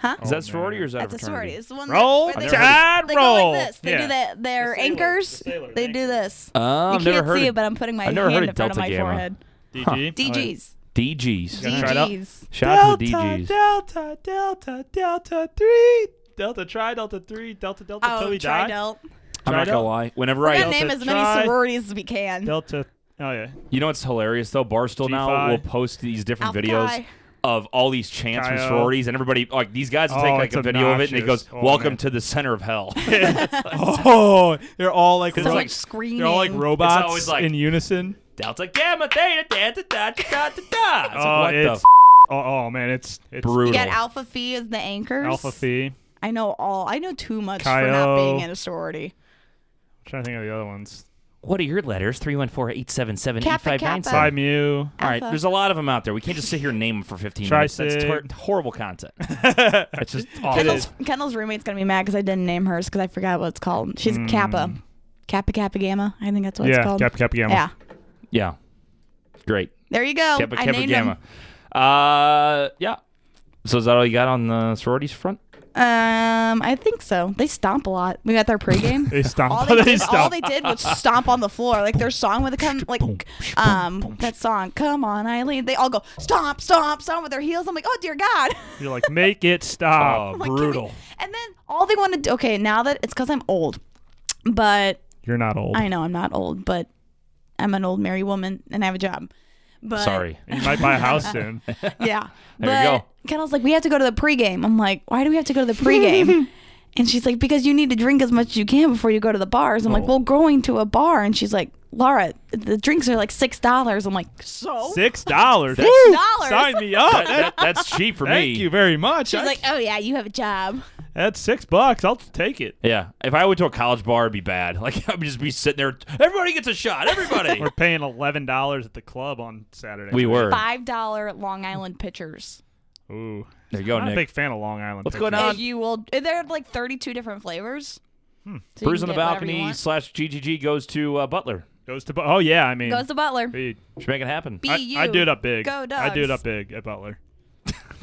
Speaker 3: Huh?
Speaker 1: Is that sorority or is that
Speaker 3: That's
Speaker 1: a
Speaker 3: a sorority.
Speaker 1: fraternity?
Speaker 3: It's the one
Speaker 2: Roll
Speaker 3: that, where they,
Speaker 2: Tide
Speaker 3: they go
Speaker 2: roll.
Speaker 3: like this. They
Speaker 2: Yeah.
Speaker 3: do that. Their
Speaker 2: sailor-
Speaker 3: anchors.
Speaker 2: the sailor
Speaker 3: they do
Speaker 2: anchor.
Speaker 3: this.
Speaker 1: Uh,
Speaker 3: you
Speaker 1: I've
Speaker 3: can't
Speaker 1: never heard
Speaker 3: see
Speaker 1: of-
Speaker 3: it, but I'm putting my
Speaker 1: I've never
Speaker 3: hand
Speaker 1: heard
Speaker 3: in
Speaker 1: of
Speaker 3: front of
Speaker 1: Delta
Speaker 3: my
Speaker 1: Gamma.
Speaker 3: forehead.
Speaker 2: DG.
Speaker 3: DGs.
Speaker 1: DGs.
Speaker 2: Yeah. Try it out.
Speaker 3: DGs.
Speaker 1: Shout out to the
Speaker 2: Delta,
Speaker 1: DGs.
Speaker 2: Delta, Delta, Delta, three. Delta try, Delta three, Delta, Delta, till
Speaker 3: Oh,
Speaker 2: we
Speaker 3: tri
Speaker 2: die.
Speaker 3: delt.
Speaker 1: I'm not
Speaker 2: Try it
Speaker 1: gonna
Speaker 2: out.
Speaker 1: lie. Whenever
Speaker 3: We're
Speaker 1: I
Speaker 3: gonna name
Speaker 2: Delta
Speaker 3: as many
Speaker 2: tri-
Speaker 3: sororities as we can.
Speaker 2: Delta. Oh yeah.
Speaker 1: You know what's hilarious though? Barstool now
Speaker 2: G5.
Speaker 1: will post these different
Speaker 3: Alpha
Speaker 1: videos
Speaker 3: Chi.
Speaker 1: of all these chants from
Speaker 2: Chi-O.
Speaker 1: sororities, and everybody like these guys will
Speaker 2: Oh,
Speaker 1: take like
Speaker 2: it's
Speaker 1: a video of it, and it goes,
Speaker 2: obnoxious. Oh,
Speaker 1: "Welcome
Speaker 2: man.
Speaker 1: to the center of hell."
Speaker 2: Oh, they're all like
Speaker 3: Someone
Speaker 2: ro-
Speaker 3: screaming.
Speaker 2: they're all like robots
Speaker 1: always like-
Speaker 2: in unison.
Speaker 1: Delta Gamma Theta da da da da da da. It's like,
Speaker 2: Oh,
Speaker 1: what the
Speaker 2: it's-
Speaker 1: f-
Speaker 2: Oh, oh man, it's it's
Speaker 3: You
Speaker 1: brutal.
Speaker 3: got Alpha Phi as the anchors.
Speaker 2: Alpha Phi. I'm
Speaker 3: I know all. I know too much for not
Speaker 2: Chi-O.
Speaker 3: being in a sorority.
Speaker 2: trying to think of the other ones.
Speaker 1: What are your letters? Three one four eight seven seven eight
Speaker 3: Kappa
Speaker 1: five nine
Speaker 3: Kappa.
Speaker 2: Phi
Speaker 1: seven.
Speaker 2: Mu.
Speaker 1: All right,
Speaker 3: Alpha.
Speaker 1: there's a lot of them out there. We can't just sit here and name them for 15 minutes. That's
Speaker 2: Tri-sig.
Speaker 1: tor- horrible content. That's just
Speaker 2: It
Speaker 1: awful.
Speaker 2: is.
Speaker 3: Kendall's roommate's gonna be mad because I didn't name hers because I forgot what it's called. She's Kappa, Kappa Kappa Gamma. I think that's what
Speaker 2: Mm. yeah,
Speaker 3: it's called.
Speaker 2: Kappa Kappa Gamma.
Speaker 3: Yeah,
Speaker 1: Yeah, great.
Speaker 3: there you go.
Speaker 1: Kappa
Speaker 3: Oh, I
Speaker 1: Kappa
Speaker 3: named
Speaker 1: Gamma. Uh, yeah. So is that all you got on the sororities front?
Speaker 3: them. Um, I think so. They stomp a lot. We got their pregame.
Speaker 2: They stomp.
Speaker 3: All they, did,
Speaker 2: stomp.
Speaker 3: all they did was stomp on the floor. Like their song would come, like um that song, "Come On Eileen." They all go stomp, stomp, stomp with their heels. I'm like, oh dear God.
Speaker 2: You're like, make it stop.
Speaker 3: I'm like, "Can we-" And then all they want to do. Okay, now that it's because I'm old, but
Speaker 2: You're not old.
Speaker 3: I know I'm not old, but I'm an old married woman and I have a job. But
Speaker 1: Sorry.
Speaker 2: You might buy a house soon.
Speaker 3: Yeah.
Speaker 1: There you
Speaker 3: but
Speaker 1: go.
Speaker 3: Kendall's like, we have to go to the pregame. I'm like, why do we have to go to the pregame? and she's like, because you need to drink as much as you can before you go to the bars. I'm like,
Speaker 1: Oh.
Speaker 3: well, going to a bar. And she's like, Laura, the drinks are like six dollars. I'm like, so
Speaker 2: Six dollars.
Speaker 3: Six dollars.
Speaker 2: Sign me up.
Speaker 1: That- that- that's cheap for me.
Speaker 2: Thank you very much.
Speaker 3: She's
Speaker 2: I-
Speaker 3: like, oh yeah, you have a job.
Speaker 2: that's six bucks. I'll take it.
Speaker 1: Yeah. If I went to a college bar, it'd be bad. Like, I'd just be sitting there. Everybody gets a shot. Everybody.
Speaker 2: We're paying eleven dollars at the club on Saturday.
Speaker 1: we were.
Speaker 3: Five dollar Long Island pitchers.
Speaker 2: Ooh.
Speaker 1: There you go,
Speaker 2: I'm not a
Speaker 1: Oh, Nick.
Speaker 2: big fan of Long Island.
Speaker 1: What's
Speaker 2: pickles.
Speaker 1: going on?
Speaker 3: And you will. They're like 32 different flavors. So you
Speaker 1: Bruise on Hmm. the
Speaker 3: can get whatever you
Speaker 1: balcony
Speaker 3: want.
Speaker 1: slash GGG goes to uh, Butler.
Speaker 2: Goes to Bu- oh yeah, I mean,
Speaker 3: goes to Butler.
Speaker 2: we-
Speaker 1: Should make it happen.
Speaker 3: Be
Speaker 2: I,
Speaker 3: you.
Speaker 2: I do it up big.
Speaker 3: Go
Speaker 2: I do it
Speaker 3: Dogs.
Speaker 2: up big at Butler.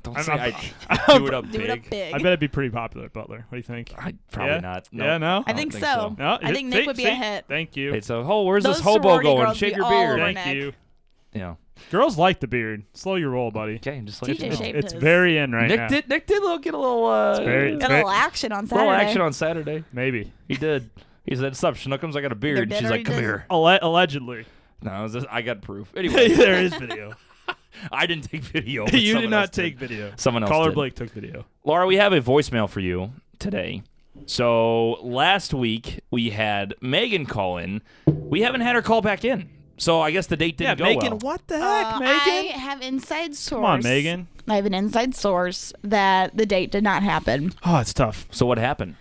Speaker 1: Don't
Speaker 2: I'm
Speaker 1: say
Speaker 2: not-
Speaker 1: I do it up
Speaker 3: Do
Speaker 1: big.
Speaker 3: it up big.
Speaker 2: I bet it'd be pretty popular at Butler. What do you think?
Speaker 1: I, probably
Speaker 2: Yeah?
Speaker 1: not.
Speaker 2: Yeah, no?
Speaker 3: I
Speaker 1: don't
Speaker 3: think,
Speaker 1: think so.
Speaker 3: so.
Speaker 2: No,
Speaker 3: I think Nick
Speaker 2: see-
Speaker 3: would be a
Speaker 2: see?
Speaker 3: hit.
Speaker 2: Thank you.
Speaker 1: It's a oh, where's this
Speaker 3: Those
Speaker 1: hobo
Speaker 3: sorority
Speaker 1: going?
Speaker 3: girls
Speaker 1: Shave
Speaker 3: be
Speaker 1: your
Speaker 3: all
Speaker 1: beard.
Speaker 3: over
Speaker 2: Thank
Speaker 3: neck.
Speaker 2: you.
Speaker 1: Yeah.
Speaker 2: Girls like the beard. Slow your roll, buddy.
Speaker 1: Okay, just let
Speaker 3: DJ
Speaker 1: you know.
Speaker 3: shaved
Speaker 2: It's
Speaker 3: his.
Speaker 2: very in right
Speaker 1: Nick
Speaker 2: now.
Speaker 1: did. Nick did little, get a little. Uh,
Speaker 2: very-
Speaker 1: a
Speaker 2: it's
Speaker 3: Got a
Speaker 2: very-
Speaker 3: little action on Saturday.
Speaker 1: little action on Saturday.
Speaker 2: Maybe.
Speaker 1: He did. He said, "Sup, Schnookums? I got a beard." And
Speaker 3: dead
Speaker 1: she's
Speaker 3: or
Speaker 1: like,
Speaker 3: he
Speaker 1: "Come
Speaker 3: didn't."
Speaker 1: here."
Speaker 2: Alle- allegedly.
Speaker 1: No, I, was just, I got proof. Anyway,
Speaker 2: there is video.
Speaker 1: I didn't take video. but
Speaker 2: you
Speaker 1: someone
Speaker 2: did
Speaker 1: else
Speaker 2: not take video.
Speaker 1: Someone else
Speaker 2: Caller
Speaker 1: did.
Speaker 2: Blake took video.
Speaker 1: Laura, we have a voicemail for you today. So last week we had Megan call in. We haven't had her call back in. So I guess the date didn't go well.
Speaker 2: what the
Speaker 3: Uh, I have inside source.
Speaker 2: Come on, Megan.
Speaker 3: I have an inside source that the date did not happen.
Speaker 2: Oh, it's tough.
Speaker 1: So what happened?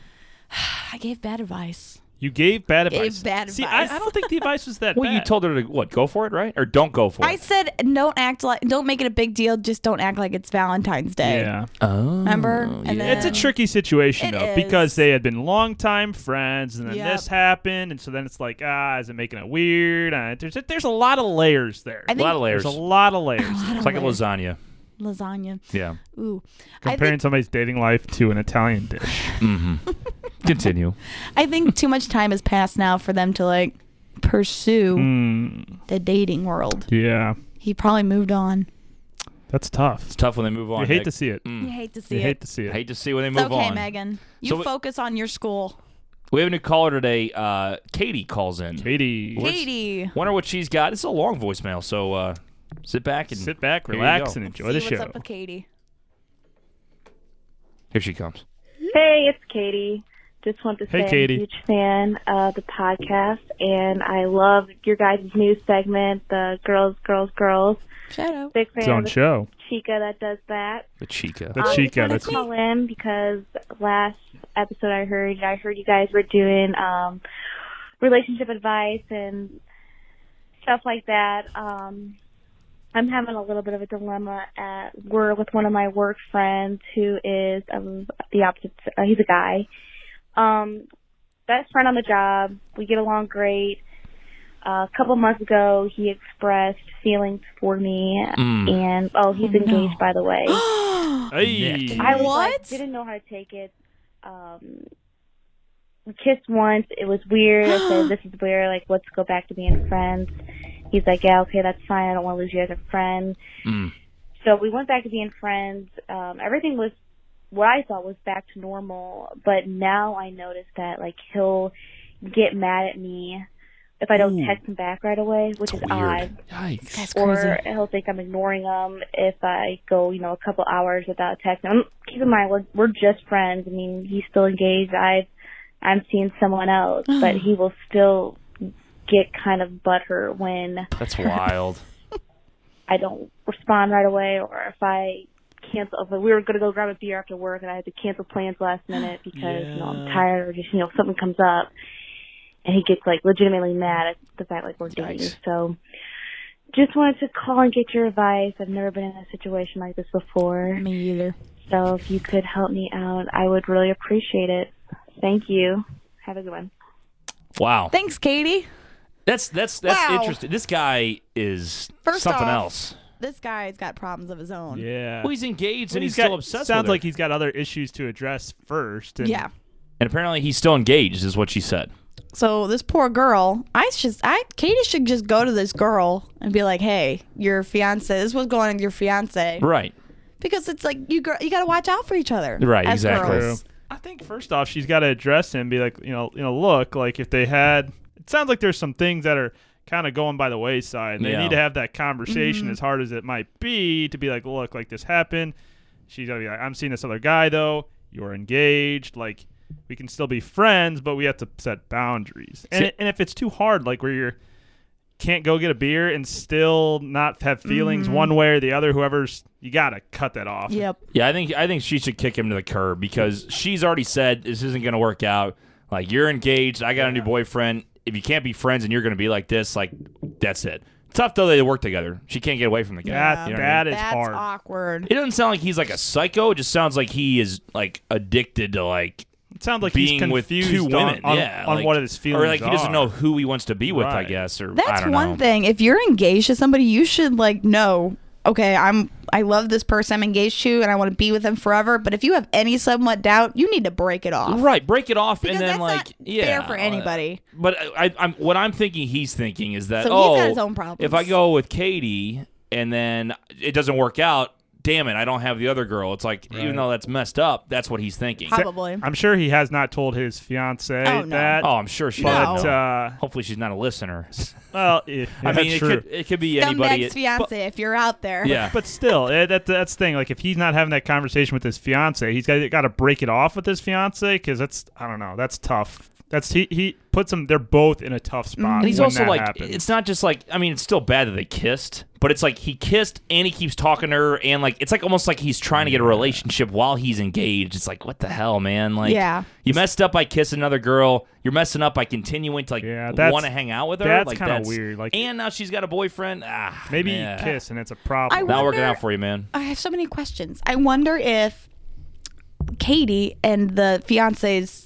Speaker 3: I gave bad advice.
Speaker 2: You gave bad
Speaker 3: Gave
Speaker 2: advice.
Speaker 3: bad
Speaker 2: See,
Speaker 3: advice.
Speaker 2: I, I don't think the advice was that
Speaker 1: Well, you
Speaker 2: bad.
Speaker 1: told her to what? Go for it, right? Or don't go for
Speaker 3: I
Speaker 1: it.
Speaker 3: said, don't act like, don't make it a big deal. Just don't act like it's Valentine's Day.
Speaker 2: Yeah.
Speaker 1: Oh,
Speaker 3: Remember? And then-
Speaker 2: It's a tricky situation
Speaker 3: It
Speaker 2: though,
Speaker 3: is.
Speaker 2: because they had been longtime friends, and then
Speaker 3: Yep.
Speaker 2: this happened, and so then it's like, ah, is it making it weird? Uh, there's there's a lot of layers there.
Speaker 3: I
Speaker 1: a lot of
Speaker 3: think
Speaker 1: layers.
Speaker 2: there's a lot of layers.
Speaker 1: It's like a lasagna.
Speaker 3: lasagna.
Speaker 1: Yeah.
Speaker 3: Ooh. I
Speaker 2: Comparing
Speaker 3: think,
Speaker 2: somebody's dating life to an Italian dish.
Speaker 1: Continue.
Speaker 3: I think too much time has passed now for them to like pursue
Speaker 1: Hmm.
Speaker 2: Mm,
Speaker 3: the dating world.
Speaker 2: yeah,
Speaker 3: He probably moved on.
Speaker 2: that's tough.
Speaker 1: It's tough when they move on.
Speaker 2: You hate
Speaker 1: Nick.
Speaker 2: to see it.
Speaker 3: You hate to see
Speaker 2: You
Speaker 3: it.
Speaker 2: hate to see
Speaker 1: I
Speaker 2: it.
Speaker 1: Hmm. hate to see when they
Speaker 3: it's
Speaker 1: move
Speaker 3: okay,
Speaker 1: on.
Speaker 3: Megan. You
Speaker 1: So we-
Speaker 3: focus on your school.
Speaker 1: We have a new caller today. Uh, Katie calls in.
Speaker 2: Katie,
Speaker 1: Where's-
Speaker 3: Katie.
Speaker 1: Wonder what she's got. It's a long voicemail, so uh, sit back and
Speaker 2: sit back,
Speaker 1: Here you
Speaker 2: relax,
Speaker 1: go.
Speaker 2: and
Speaker 3: Let's
Speaker 2: enjoy the
Speaker 3: see what's
Speaker 2: show.
Speaker 3: up with Katie.
Speaker 1: Here she comes.
Speaker 4: Hey, it's Katie. Just want to say
Speaker 2: Hey, Katie.
Speaker 4: I'm a huge fan of the podcast, and I love your guys' new segment, the Girls, Girls, Girls.
Speaker 3: Shadow.
Speaker 4: Big
Speaker 2: It's
Speaker 4: fan
Speaker 2: own
Speaker 4: of the
Speaker 2: show.
Speaker 4: Chica that does that.
Speaker 1: The Chica.
Speaker 2: The Chica.
Speaker 4: I just
Speaker 2: That's
Speaker 4: wanted to Um, call in because last episode I heard, I heard you guys were doing um, relationship advice and stuff like that. Um, I'm having a little bit of a dilemma at we're with one of my work friends who is of the opposite. Uh, he's a guy. Um, best friend on the job. We get along great. Uh, a couple months ago, he expressed feelings for me,
Speaker 2: Mm.
Speaker 4: and oh, he's engaged, by the way.
Speaker 2: Hey.
Speaker 4: I was like,
Speaker 3: What?
Speaker 4: didn't know how to take it. Um, we kissed once. It was weird. I said, "This is weird. Like, let's go back to being friends." He's like, "Yeah, okay, that's fine. I don't want to lose you as a friend."
Speaker 1: Mm.
Speaker 4: So we went back to being friends. Um, everything was what I thought was back to normal, but now I notice that like he'll get mad at me if I don't
Speaker 2: Ooh.
Speaker 4: text him back right away, which is
Speaker 1: Weird.
Speaker 4: odd
Speaker 1: Yikes.
Speaker 3: That's
Speaker 4: or
Speaker 3: crazy.
Speaker 4: he'll think I'm ignoring him if I go, you know, a couple hours without texting. him. Keep in mind, we're, we're just friends. I mean, he's still engaged. I've, I'm seeing someone else, but he will still get kind of butthurt when
Speaker 1: That's wild.
Speaker 4: I don't respond right away or if I cancel. If we were going to go grab a beer after work and I had to cancel plans last minute because, you know, I'm
Speaker 2: Yeah.
Speaker 4: tired or just, you know, something comes up. And he gets like legitimately mad at the fact like we're dating.
Speaker 1: Yikes.
Speaker 4: So just wanted to call and get your advice. I've never been in a situation like this before.
Speaker 3: Me either.
Speaker 4: So if you could help me out, I would really appreciate it. Thank you. Have a good one.
Speaker 1: wow.
Speaker 3: Thanks, Katie.
Speaker 1: That's that's that's
Speaker 3: Wow.
Speaker 1: interesting. This guy is
Speaker 3: First
Speaker 1: something
Speaker 3: off-
Speaker 1: else.
Speaker 3: This guy's got problems of his own.
Speaker 2: Yeah.
Speaker 1: Well, he's engaged
Speaker 2: Well,
Speaker 1: and he's,
Speaker 2: got-
Speaker 1: still obsessed.
Speaker 2: Sounds
Speaker 1: with her.
Speaker 2: like he's got other issues to address first. And
Speaker 3: Yeah.
Speaker 1: and apparently he's still engaged, is what she said.
Speaker 3: So this poor girl, I should, I Katie should just go to this girl and be like, "Hey, your fiance, this was going on with your fiance,"
Speaker 1: Right.
Speaker 3: because it's like you gir- you got to watch out for each other,
Speaker 1: Right,
Speaker 3: as
Speaker 1: exactly.
Speaker 3: girls.
Speaker 2: I think first off, she's got to address him, be like, you know, you know, look, like if they had, it sounds like there's some things that are kind of going by the wayside. And they
Speaker 1: Yeah.
Speaker 2: need to have that conversation, as hard as it might be, to be like, look, like this happened. She's gonna be like, I'm seeing this other guy though. You're engaged, like we can still be friends, but we have to set boundaries. And
Speaker 1: See-
Speaker 2: and if it's too hard, like where you're can't go get a beer and still not have feelings one way or the other, whoever's you gotta cut that off.
Speaker 3: Yep.
Speaker 1: Yeah, I think I think she should kick him to the curb because she's already said this isn't going to work out. Like you're engaged, I got a new boyfriend. If you can't be friends and you're going to be like this, like that's it. Tough though they work together. She can't get away from the guy.
Speaker 2: That,
Speaker 1: You know what I mean?
Speaker 2: that is
Speaker 3: That's
Speaker 2: hard.
Speaker 3: awkward.
Speaker 1: It doesn't sound like he's like a psycho. It just sounds like he is like addicted to like
Speaker 2: sounds like he's
Speaker 1: being with
Speaker 2: confused
Speaker 1: two women.
Speaker 2: on, on,
Speaker 1: yeah,
Speaker 2: on
Speaker 1: like-
Speaker 2: what his feelings
Speaker 1: or like he doesn't
Speaker 2: are.
Speaker 1: know who he wants to be with. I
Speaker 2: Right.
Speaker 1: guess or I
Speaker 3: That's
Speaker 1: don't
Speaker 3: one
Speaker 1: know.
Speaker 3: thing. If you're engaged to somebody, you should like know, okay, I'm I love this person I'm engaged to and I want to be with them forever. But if you have any somewhat doubt, you need to break it off.
Speaker 1: Right, break it off,
Speaker 3: Because
Speaker 1: and then
Speaker 3: that's
Speaker 1: like
Speaker 3: not
Speaker 1: yeah,
Speaker 3: fair for
Speaker 1: uh,
Speaker 3: anybody.
Speaker 1: But I, I'm what I'm thinking he's thinking is that
Speaker 3: So
Speaker 1: oh,
Speaker 3: he's got his own problems.
Speaker 1: if I go with Katie and then it doesn't work out, damn it, I don't have the other girl. It's like even
Speaker 2: Right.
Speaker 1: though that's messed up, that's what he's thinking.
Speaker 3: How- Probably.
Speaker 2: I'm sure he has not told his fiancee
Speaker 3: Oh, no.
Speaker 2: that.
Speaker 1: oh, I'm sure she.
Speaker 2: but
Speaker 1: doesn't know.
Speaker 2: uh,
Speaker 1: Hopefully, she's not a listener.
Speaker 2: well, yeah,
Speaker 1: I mean,
Speaker 2: that's
Speaker 1: it
Speaker 2: true.
Speaker 1: could it could be anybody.
Speaker 3: Scumbag's fiance, if you're out there.
Speaker 1: yeah,
Speaker 2: but still, eh, that that's the thing. Like, if he's not having that conversation with his fiance, he's got got to break it off with his fiancee because that's I don't know, that's tough. That's he he puts them. They're both in a tough
Speaker 3: Mm-hmm.
Speaker 2: spot.
Speaker 1: And he's
Speaker 2: when
Speaker 1: also
Speaker 2: that
Speaker 1: like,
Speaker 2: happens.
Speaker 1: it's not just like, I mean, it's still bad that they kissed, but it's like he kissed and he keeps talking to her, and like, it's like almost like he's trying to get a relationship while he's engaged. It's like, what the hell, man? Like,
Speaker 3: Yeah.
Speaker 1: you messed up by kissing another girl. You're messing up by continuing to like
Speaker 2: Yeah, that's-
Speaker 1: want to hang out with her.
Speaker 2: that's
Speaker 1: like,
Speaker 2: kinda weird, like-
Speaker 1: and now she's got a boyfriend. Ah,
Speaker 2: Maybe
Speaker 1: man.
Speaker 2: you kiss and it's a problem.
Speaker 3: I
Speaker 1: Not working
Speaker 3: Wonder-
Speaker 1: out for you, man.
Speaker 3: I have so many questions. I wonder if Katie and the fiance's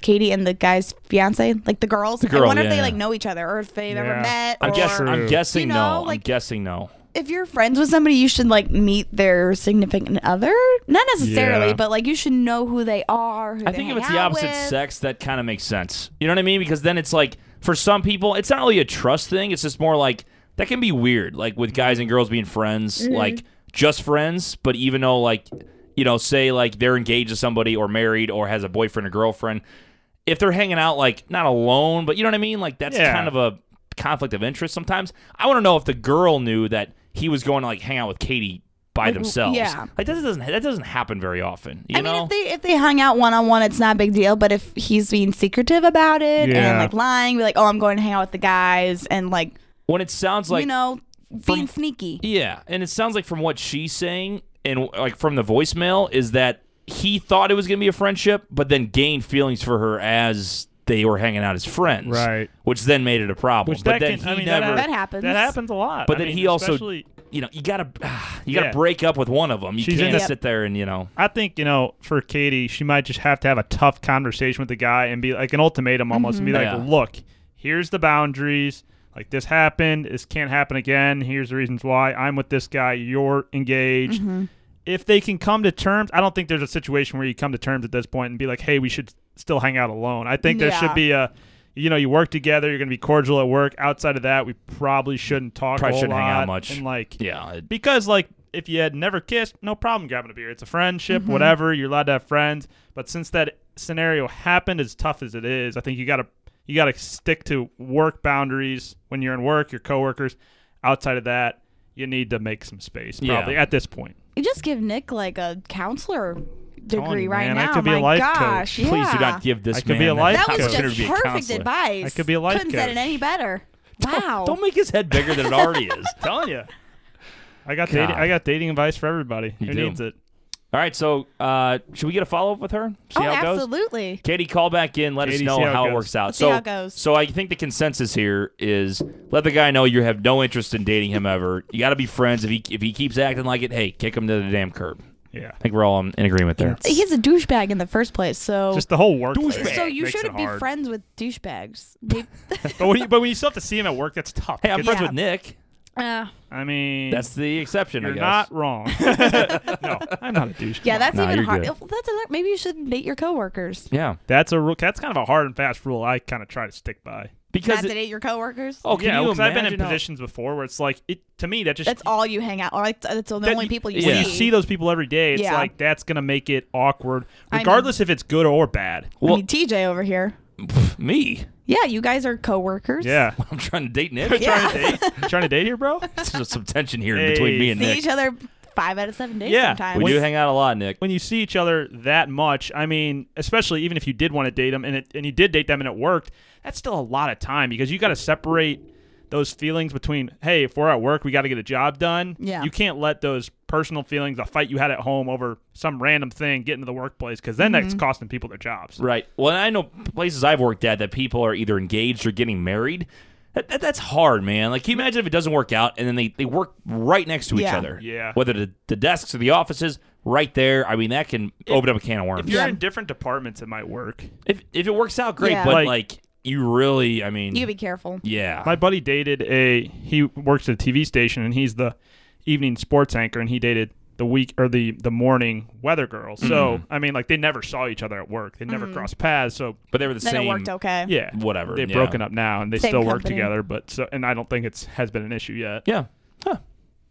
Speaker 3: Katie and the guy's fiance, like the girls.
Speaker 1: girl,
Speaker 3: I wonder if
Speaker 1: yeah.
Speaker 3: they like know each other or if they've ever
Speaker 2: Yeah.
Speaker 3: met.
Speaker 1: I'm
Speaker 3: or
Speaker 1: guessing. I'm
Speaker 2: True.
Speaker 1: guessing
Speaker 3: You know,
Speaker 1: no. I'm
Speaker 3: like-
Speaker 1: guessing no.
Speaker 3: if you're friends with somebody, you should like meet their significant other. Not necessarily,
Speaker 2: Yeah.
Speaker 3: but like you should know who they are. Who
Speaker 1: I think if it's the opposite sex, that kind of makes sense. You know what I mean? Because then it's like for some people, it's not really a trust thing. It's just more like that can be weird, like with guys and girls being friends,
Speaker 3: Mm-hmm.
Speaker 1: like just friends. But even though like you know, say like they're engaged to somebody or married or has a boyfriend or girlfriend, if they're hanging out like not alone, but you know what I mean, like that's
Speaker 2: Yeah.
Speaker 1: kind of a conflict of interest sometimes. I want to know if the girl knew that he was going to like hang out with Katie by themselves.
Speaker 3: yeah.
Speaker 1: like that doesn't that doesn't happen very often. You
Speaker 3: I
Speaker 1: know,
Speaker 3: mean, if they if they hung out one on one, it's not a big deal. But if he's being secretive about it and
Speaker 2: Yeah.
Speaker 3: like lying, be like, "Oh, I'm going to hang out with the guys," and like,
Speaker 1: when it sounds like
Speaker 3: you know, being sneaky.
Speaker 1: Yeah, and it sounds like from what she's saying and like from the voicemail is that he thought it was going to be a friendship, but then gained feelings for her as they were hanging out as friends,
Speaker 2: Right.
Speaker 1: Which then made it a problem.
Speaker 2: Which
Speaker 1: but
Speaker 2: that
Speaker 1: then
Speaker 2: can-
Speaker 1: he
Speaker 2: I mean,
Speaker 1: never.
Speaker 3: hap- That happens.
Speaker 2: That happens a lot.
Speaker 1: but
Speaker 2: I
Speaker 1: then
Speaker 2: mean,
Speaker 1: he also,
Speaker 2: especially-
Speaker 1: you know, you gotta you gotta
Speaker 2: Yeah.
Speaker 1: break up with one of them. You
Speaker 2: She's in
Speaker 1: can't
Speaker 2: the-
Speaker 1: sit there and you know.
Speaker 2: I think you know, for Katie, she might just have to have a tough conversation with the guy and be like an ultimatum almost, and be like,
Speaker 1: Mm-hmm. Yeah.
Speaker 2: "Look, here's the boundaries. Like this happened. This can't happen again. Here's the reasons why. I'm with this guy. You're engaged."
Speaker 1: Mm-hmm.
Speaker 2: If they can come to terms, I don't think there's a situation where you come to terms at this point and be like, "Hey, we should still hang out alone." I think there
Speaker 3: Yeah.
Speaker 2: should be a, you know, you work together. You're going to be cordial at work. Outside of that, we probably shouldn't talk.
Speaker 1: Probably
Speaker 2: a whole
Speaker 1: shouldn't hang out
Speaker 2: lot
Speaker 1: much.
Speaker 2: And like,
Speaker 1: Yeah, it-
Speaker 2: because like if you had never kissed, no problem grabbing a beer. It's a friendship, whatever. You're allowed to have friends, but since that scenario happened, as tough as it is, I think you gotta you gotta stick to work boundaries when you're in work, your coworkers. Outside of that, you need to make some space
Speaker 1: Yeah.
Speaker 2: probably at this point.
Speaker 3: You just give Nick like a counselor degree
Speaker 2: you,
Speaker 3: right
Speaker 2: man, I
Speaker 3: now.
Speaker 2: could be a
Speaker 3: My
Speaker 2: life coach.
Speaker 3: gosh, yeah.
Speaker 1: please do not give this
Speaker 2: I could
Speaker 1: man
Speaker 2: be a life
Speaker 3: That
Speaker 2: coach.
Speaker 3: was
Speaker 2: Consider
Speaker 3: just
Speaker 1: to be a
Speaker 3: perfect
Speaker 1: counselor.
Speaker 3: advice.
Speaker 2: I could be a life
Speaker 3: Couldn't said it
Speaker 2: coach.
Speaker 3: any better. Wow.
Speaker 1: Don't make his head bigger than it already is.
Speaker 2: telling you. I got dating,
Speaker 1: God.
Speaker 2: I got dating advice for everybody
Speaker 1: You
Speaker 2: who
Speaker 1: do.
Speaker 2: needs it.
Speaker 1: All right, so uh, should we get a follow up with her? See
Speaker 3: oh,
Speaker 1: how it goes.
Speaker 3: absolutely.
Speaker 1: Katie, call back in. Let
Speaker 2: Katie,
Speaker 1: us know
Speaker 2: see
Speaker 1: how,
Speaker 2: how it
Speaker 1: it
Speaker 2: goes.
Speaker 1: works out.
Speaker 3: Let's see
Speaker 1: so,
Speaker 3: how it goes.
Speaker 1: so I think the consensus here is let the guy know you have no interest in dating him ever. You got to be friends. If he if he keeps acting like it, hey, kick him to the damn curb.
Speaker 2: Yeah.
Speaker 1: I think we're all in, in agreement there.
Speaker 3: He's a douchebag in the first place, so
Speaker 2: Just the whole work.
Speaker 1: Douchebag.
Speaker 3: so you
Speaker 2: makes it
Speaker 3: shouldn't be
Speaker 2: hard.
Speaker 3: friends with douchebags. They-
Speaker 2: But when you, but when you still have to see him at work, that's tough.
Speaker 1: Hey, I'm friends
Speaker 3: Yeah.
Speaker 1: with Nick.
Speaker 3: Uh,
Speaker 2: I mean,
Speaker 1: That's the exception. I
Speaker 2: You're
Speaker 1: guess.
Speaker 2: not wrong. no, I'm not a douche.
Speaker 3: yeah, that's
Speaker 1: Nah,
Speaker 3: even
Speaker 1: you're
Speaker 3: hard.
Speaker 1: good.
Speaker 3: Well, That's another, maybe you should date your coworkers.
Speaker 1: Yeah,
Speaker 2: that's a rule. That's kind of a hard and fast rule. I kind of try to stick by.
Speaker 1: because
Speaker 3: not to
Speaker 1: it,
Speaker 3: date your coworkers.
Speaker 1: oh, can
Speaker 2: yeah,
Speaker 1: you
Speaker 2: because I've been in
Speaker 1: imagine how-
Speaker 2: positions before where it's like it to me that just
Speaker 3: that's all you hang out. Or like, that's the
Speaker 2: that
Speaker 3: only people you
Speaker 2: when
Speaker 3: see.
Speaker 2: you see those people every day. It's
Speaker 3: Yeah.
Speaker 2: like that's gonna make it awkward,
Speaker 3: mean-
Speaker 2: regardless if it's good or bad.
Speaker 3: I
Speaker 1: Well,
Speaker 3: mean, TJ over here.
Speaker 1: me.
Speaker 3: Yeah, you guys are coworkers.
Speaker 2: Yeah,
Speaker 1: I'm trying to date Nick.
Speaker 2: trying,
Speaker 3: Yeah.
Speaker 2: to date, you trying to date here, bro.
Speaker 1: There's just some tension here
Speaker 2: Hey.
Speaker 1: between me and
Speaker 3: see
Speaker 1: Nick.
Speaker 3: each other five out of seven days.
Speaker 2: Yeah,
Speaker 3: sometimes.
Speaker 1: We do hang out a lot, Nick.
Speaker 2: When you see each other that much, I mean, especially even if you did want to date them and it, and you did date them and it worked, that's still a lot of time because you got to separate those feelings between hey, if we're at work, we got to get a job done.
Speaker 3: Yeah.
Speaker 2: you can't let those personal feelings, a fight you had at home over some random thing, get into the workplace because then
Speaker 3: Mm-hmm.
Speaker 2: that's costing people their jobs.
Speaker 1: Right. Well, and I know places I've worked at that people are either engaged or getting married. That, that, that's hard, man. Like, can you imagine if it doesn't work out and then they, they work right next to each
Speaker 3: Yeah.
Speaker 1: other?
Speaker 2: Yeah.
Speaker 1: Whether the, the desks or the offices, right there. I mean, that can open up a can of worms.
Speaker 2: If you're
Speaker 3: Yeah.
Speaker 2: in different departments, it might work.
Speaker 1: If if it works out, great.
Speaker 3: Yeah.
Speaker 1: But like,
Speaker 2: Like-
Speaker 1: you really, I mean,
Speaker 3: You gotta be careful.
Speaker 1: yeah,
Speaker 2: My buddy dated a he works at a TV station and he's the evening sports anchor and he dated the week or the the morning weather girl. So
Speaker 1: Mm-hmm.
Speaker 2: I mean, like they never saw each other at work. They
Speaker 3: Mm-hmm.
Speaker 2: never crossed paths. So
Speaker 1: but they were the
Speaker 3: Then
Speaker 1: same.
Speaker 3: it worked okay.
Speaker 2: yeah,
Speaker 1: Whatever,
Speaker 2: They've
Speaker 1: yeah.
Speaker 2: broken up now and they
Speaker 3: Same
Speaker 2: still work
Speaker 3: company.
Speaker 2: together. But so and I don't think it's has been an issue yet.
Speaker 1: Yeah, huh.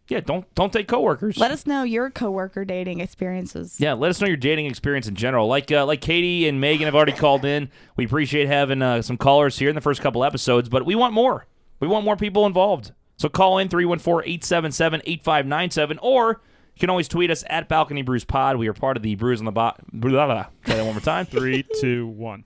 Speaker 1: yeah. Don't don't take coworkers.
Speaker 3: Let us know your coworker dating experiences.
Speaker 1: yeah, let us know your dating experience in general. Like uh, like Katie and Megan have already called in. We appreciate having uh, some callers here in the first couple episodes, but we want more. We want more people involved. So call in 314-877-8597 or you can always tweet us at Balcony Brews Pod. We are part of the Brews on the Bot. Blah, blah, blah. Try that one more time.
Speaker 2: Three, two, one.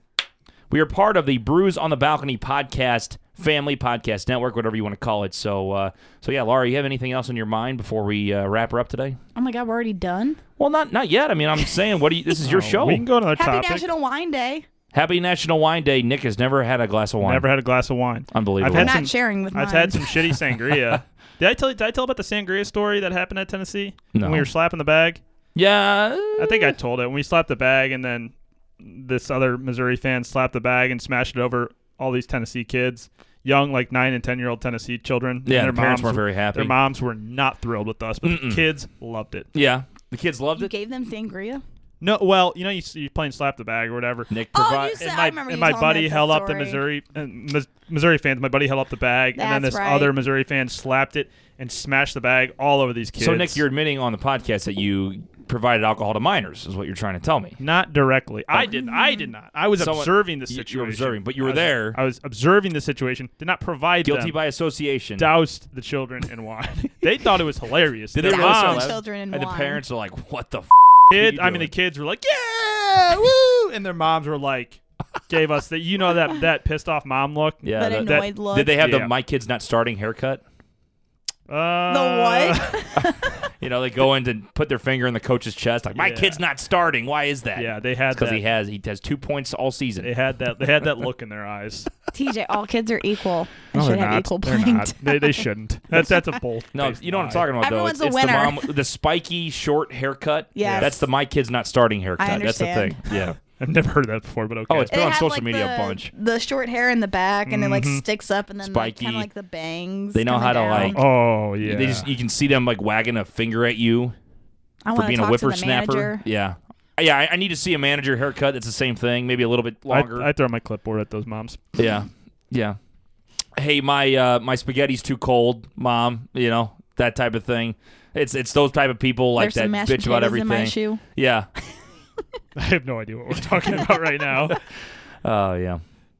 Speaker 1: We are part of the Brews on the Balcony podcast family podcast network, whatever you want to call it. So, uh, so yeah, Laura, you have anything else on your mind before we uh, wrap her up today?
Speaker 3: Oh my god, we're already done.
Speaker 1: Well, not not yet. I mean, I'm saying, what do you? This is your show.
Speaker 2: We can go to another
Speaker 3: Happy
Speaker 2: topic.
Speaker 3: National Wine Day.
Speaker 1: Happy National Wine Day. Nick has never had a glass of wine.
Speaker 2: Never had a glass of wine.
Speaker 1: Unbelievable.
Speaker 2: I've had
Speaker 3: I'm not
Speaker 2: some-
Speaker 3: sharing with
Speaker 2: I've
Speaker 3: mine.
Speaker 2: had some shitty sangria. Did I tell you? Did I tell about the sangria story that happened at Tennessee
Speaker 1: No.
Speaker 2: when we were slapping the bag?
Speaker 1: Yeah,
Speaker 2: I think I told it when we slapped the bag, and then this other Missouri fan slapped the bag and smashed it over all these Tennessee kids, young like nine and ten year old Tennessee children.
Speaker 1: Yeah,
Speaker 2: and
Speaker 1: the parents weren't very happy.
Speaker 2: Their moms were not thrilled with us, but the kids loved it.
Speaker 1: yeah. The kids loved
Speaker 3: You
Speaker 1: it.
Speaker 3: gave them sangria.
Speaker 2: No, well, you know, you, you playing slap the bag or whatever.
Speaker 1: Nick
Speaker 3: Oh, you
Speaker 1: provi-
Speaker 3: said-
Speaker 2: and
Speaker 3: I
Speaker 2: my,
Speaker 3: remember
Speaker 2: and
Speaker 3: you
Speaker 2: my
Speaker 3: telling
Speaker 2: buddy
Speaker 3: us that
Speaker 2: held up the
Speaker 3: story.
Speaker 2: Missouri uh, Mis- Missouri fans. My buddy held up the bag, and then
Speaker 3: That's
Speaker 2: this
Speaker 3: right.
Speaker 2: other Missouri fan slapped it and smashed the bag all over these kids.
Speaker 1: So, Nick, you're admitting on the podcast that you provided alcohol to minors, is what you're trying to tell me.
Speaker 2: not directly. I did. I did not. I was
Speaker 1: Someone-
Speaker 2: observing the
Speaker 1: you- you were
Speaker 2: situation.
Speaker 1: observing, but you
Speaker 2: I
Speaker 1: were
Speaker 2: was-
Speaker 1: there.
Speaker 2: I was observing the situation. Did not provide
Speaker 1: Guilty
Speaker 2: them,
Speaker 1: by association.
Speaker 2: doused the children in wine. they thought it was hilarious.
Speaker 1: Did
Speaker 2: Their
Speaker 1: they
Speaker 3: Doused
Speaker 1: really
Speaker 3: the
Speaker 1: laugh?
Speaker 2: moms-
Speaker 3: children in
Speaker 1: and the
Speaker 3: wine.
Speaker 1: parents are like, "What the f-
Speaker 2: kid-
Speaker 1: you
Speaker 2: I mean, the
Speaker 1: doing?
Speaker 2: kids were like, "Yeah, woo!" and their moms were like, gave us that. You know that that pissed off mom look.
Speaker 1: Yeah,
Speaker 3: That
Speaker 1: that-
Speaker 3: annoyed look.
Speaker 1: Did they have the
Speaker 2: Yeah.
Speaker 1: my kids not starting haircut?
Speaker 2: Uh,
Speaker 3: the what?
Speaker 1: uh, You know, they go in to put their finger in the coach's chest, like my
Speaker 2: Yeah.
Speaker 1: kid's not starting. Why is that?
Speaker 2: Yeah, they had
Speaker 1: because
Speaker 2: that.
Speaker 1: he has he has two points all season.
Speaker 2: They had that. They had that look in their eyes.
Speaker 3: TJ, all kids are equal.
Speaker 1: Oh,
Speaker 3: and should have equal
Speaker 2: They're
Speaker 3: playing
Speaker 2: not.
Speaker 3: time.
Speaker 2: They, they shouldn't. That's that's a bold.
Speaker 1: no, you know what I'm talking about.
Speaker 3: Everyone's
Speaker 1: though.
Speaker 3: a
Speaker 1: It's,
Speaker 3: winner.
Speaker 1: It's the mom, the spiky short haircut.
Speaker 3: Yes.
Speaker 1: that's the my kids not starting haircut.
Speaker 3: I
Speaker 1: That's the
Speaker 3: understand.
Speaker 1: thing. Yeah.
Speaker 2: I've never heard that before, but okay.
Speaker 1: Oh, it's been
Speaker 3: They
Speaker 1: on
Speaker 3: have,
Speaker 1: social
Speaker 3: like,
Speaker 1: media
Speaker 3: the,
Speaker 1: a bunch. Mm-hmm.
Speaker 3: The short hair in the back, and it like sticks up, and then like,
Speaker 1: Spiky.
Speaker 3: kind of like the bangs.
Speaker 1: They know
Speaker 3: coming
Speaker 1: how to,
Speaker 3: down.
Speaker 1: like-
Speaker 2: oh yeah.
Speaker 1: They just you can see them like wagging a finger at you
Speaker 3: I
Speaker 1: for
Speaker 3: wanna
Speaker 1: being a
Speaker 3: talk to the
Speaker 1: whippersnapper.
Speaker 3: manager.
Speaker 1: Yeah. Yeah, I, I need to see a manager haircut. That's the same thing, maybe a little bit
Speaker 2: I,
Speaker 1: longer.
Speaker 2: I throw my clipboard at those moms.
Speaker 1: Yeah. Yeah. Hey, my uh, my spaghetti's too cold, mom, you know, that type of thing. It's it's those type of people like
Speaker 3: There's some
Speaker 1: that
Speaker 3: mashed
Speaker 1: bitch about
Speaker 3: potatoes
Speaker 1: everything.
Speaker 3: in my shoe.
Speaker 1: Yeah.
Speaker 2: I have no idea what we're talking about right now.
Speaker 1: Oh, yeah.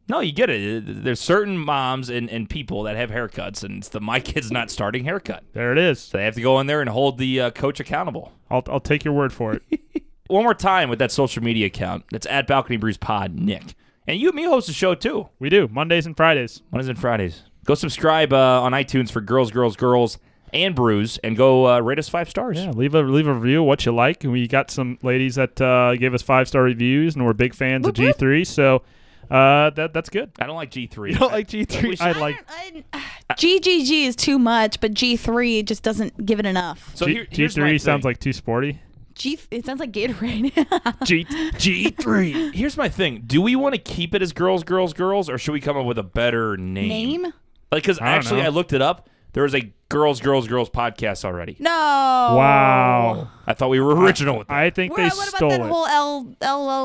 Speaker 1: No, you get it. Uh, There's certain moms and, and people that have haircuts and it's the my kid's not starting haircut.
Speaker 2: There it is.
Speaker 1: So they have to go in there and hold the uh, coach accountable.
Speaker 2: I'll I'll take your word for it.
Speaker 1: One more time with that social media account. That's at Balcony Brews Pod, Nick. And you and me host the show too.
Speaker 2: We do Mondays and Fridays.
Speaker 1: Mondays and Fridays. Go subscribe uh, on iTunes for Girls, Girls, Girls, and Brews, and go uh, rate us five stars.
Speaker 2: Yeah, leave a leave a review what you like. And we got some ladies that uh, gave us five star reviews, and we're big fans of G three. So uh, that that's good.
Speaker 1: I don't like G three.
Speaker 2: You don't like G three? I like.
Speaker 3: I- I- GGG is too much, but G3 just doesn't give it enough.
Speaker 1: so here,
Speaker 2: G
Speaker 1: here's my
Speaker 2: three
Speaker 1: thing.
Speaker 2: sounds like too sporty.
Speaker 3: G, it sounds like Gatorade.
Speaker 2: G G three.
Speaker 1: Here's my thing. Do we want to keep it as girls, girls, girls, or should we come up with a better name?
Speaker 3: Name?
Speaker 1: Like, because
Speaker 2: don't
Speaker 1: actually,
Speaker 2: know.
Speaker 1: I looked it up. There was a girls, girls, girls podcast already.
Speaker 3: No.
Speaker 1: Oh.
Speaker 2: Wow.
Speaker 1: I thought we were original with that.
Speaker 2: I think
Speaker 3: What,
Speaker 2: they
Speaker 3: what
Speaker 2: stole
Speaker 3: about that
Speaker 2: it.
Speaker 3: whole L,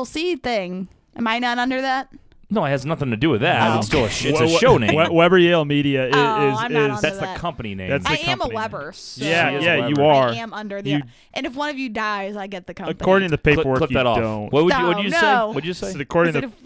Speaker 3: LLC thing? Am I not under that?
Speaker 1: no, it has nothing to do with that.
Speaker 3: Oh.
Speaker 1: It's still a sh- it's
Speaker 2: We-
Speaker 1: a
Speaker 2: we-
Speaker 1: show name.
Speaker 2: We- Weber Yale Media is,
Speaker 3: Oh,
Speaker 2: is,
Speaker 3: I'm not
Speaker 2: is-
Speaker 3: on
Speaker 1: That's the
Speaker 3: that.
Speaker 1: company name.
Speaker 2: That's the
Speaker 3: I am a
Speaker 2: company
Speaker 3: Weber.
Speaker 2: name.
Speaker 3: So
Speaker 2: yeah,
Speaker 1: is
Speaker 2: yeah,
Speaker 1: Weber.
Speaker 2: you are.
Speaker 3: I am under the.
Speaker 2: You-
Speaker 3: and if one of you dies, I get the company.
Speaker 2: According to the
Speaker 1: Clip,
Speaker 2: paperwork,
Speaker 1: clip
Speaker 2: you
Speaker 1: that off.
Speaker 2: don't.
Speaker 1: What would you, what'd
Speaker 3: No,
Speaker 1: you
Speaker 3: no.
Speaker 1: say? What'd you say?
Speaker 2: So according
Speaker 3: Is
Speaker 2: to
Speaker 3: it if,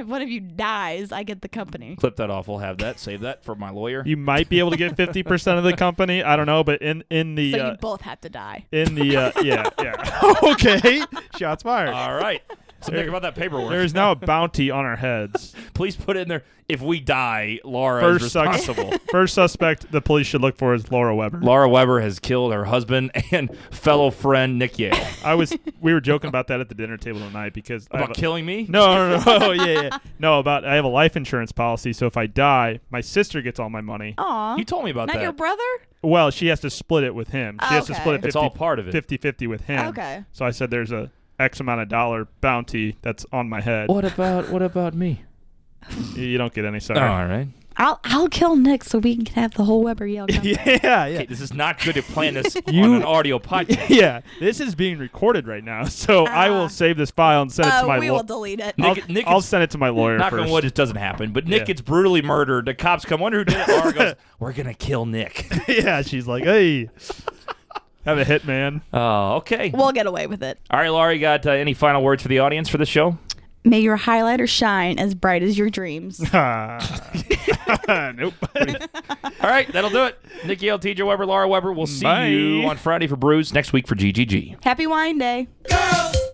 Speaker 3: if one of you dies, I get the company.
Speaker 1: clip that off. We'll have that. Save that for my lawyer.
Speaker 2: you might be able to get fifty percent of the company. I don't know, but in in the
Speaker 3: So
Speaker 2: uh,
Speaker 3: you both have to die.
Speaker 2: in the uh, yeah yeah okay shots fired.
Speaker 1: All right. So think about that paperwork.
Speaker 2: There is now a bounty on our heads.
Speaker 1: Please put in there if we die, Laura is
Speaker 2: First, sus-
Speaker 1: responsible.
Speaker 2: first suspect the police should look for is Laura Weber.
Speaker 1: Laura Weber has killed her husband and fellow friend Nick Yale.
Speaker 2: I was we were joking about that at the dinner table tonight because I have
Speaker 1: About
Speaker 2: a-
Speaker 1: killing me?
Speaker 2: No, no, no. Oh, yeah, yeah. No, about I have a life insurance policy, so if I die, my sister gets all my money.
Speaker 3: Aw.
Speaker 1: You told me about
Speaker 3: Not
Speaker 1: that.
Speaker 3: your brother?
Speaker 2: Well, she has to split it with him. She has to split it 50,
Speaker 3: Okay.
Speaker 1: It's all part of it.
Speaker 2: 50-50 with him.
Speaker 3: Okay.
Speaker 2: So I said there's a X amount of dollar bounty that's on my head.
Speaker 1: about what about me?
Speaker 2: You- You don't get any, sorry.
Speaker 1: All right.
Speaker 3: I'll I'll kill Nick so we can have the whole Weber Yale. company.
Speaker 2: yeah, yeah.
Speaker 1: Okay, this is not good to plan this on
Speaker 2: You-
Speaker 1: an audio podcast.
Speaker 2: yeah, this is being recorded right now, so I
Speaker 3: Ah.
Speaker 2: will save this file and send it to
Speaker 3: Uh,
Speaker 2: my
Speaker 3: we
Speaker 2: law-
Speaker 3: will delete it.
Speaker 1: Nick-
Speaker 2: I'll, I'll
Speaker 1: is-
Speaker 2: send it to my lawyer
Speaker 1: Knock on
Speaker 2: first.
Speaker 1: wood, it doesn't happen. But Nick
Speaker 2: Yeah.
Speaker 1: gets brutally murdered. The cops come. Wonder who did it. Laura goes, "We're gonna kill Nick."
Speaker 2: yeah, she's like, hey, have a hit, man.
Speaker 1: Oh, okay.
Speaker 3: We'll get away with it.
Speaker 1: All right, Laura, you got uh, any final words for the audience for the show?
Speaker 3: May your highlighter shine as bright as your dreams.
Speaker 2: nope.
Speaker 1: All right, that'll do it. Nick Yale, TJ Weber, Laura Weber. We'll see
Speaker 2: Bye.
Speaker 1: you on Friday for Brews. Next week for GGG.
Speaker 3: Happy wine day.
Speaker 5: Girls,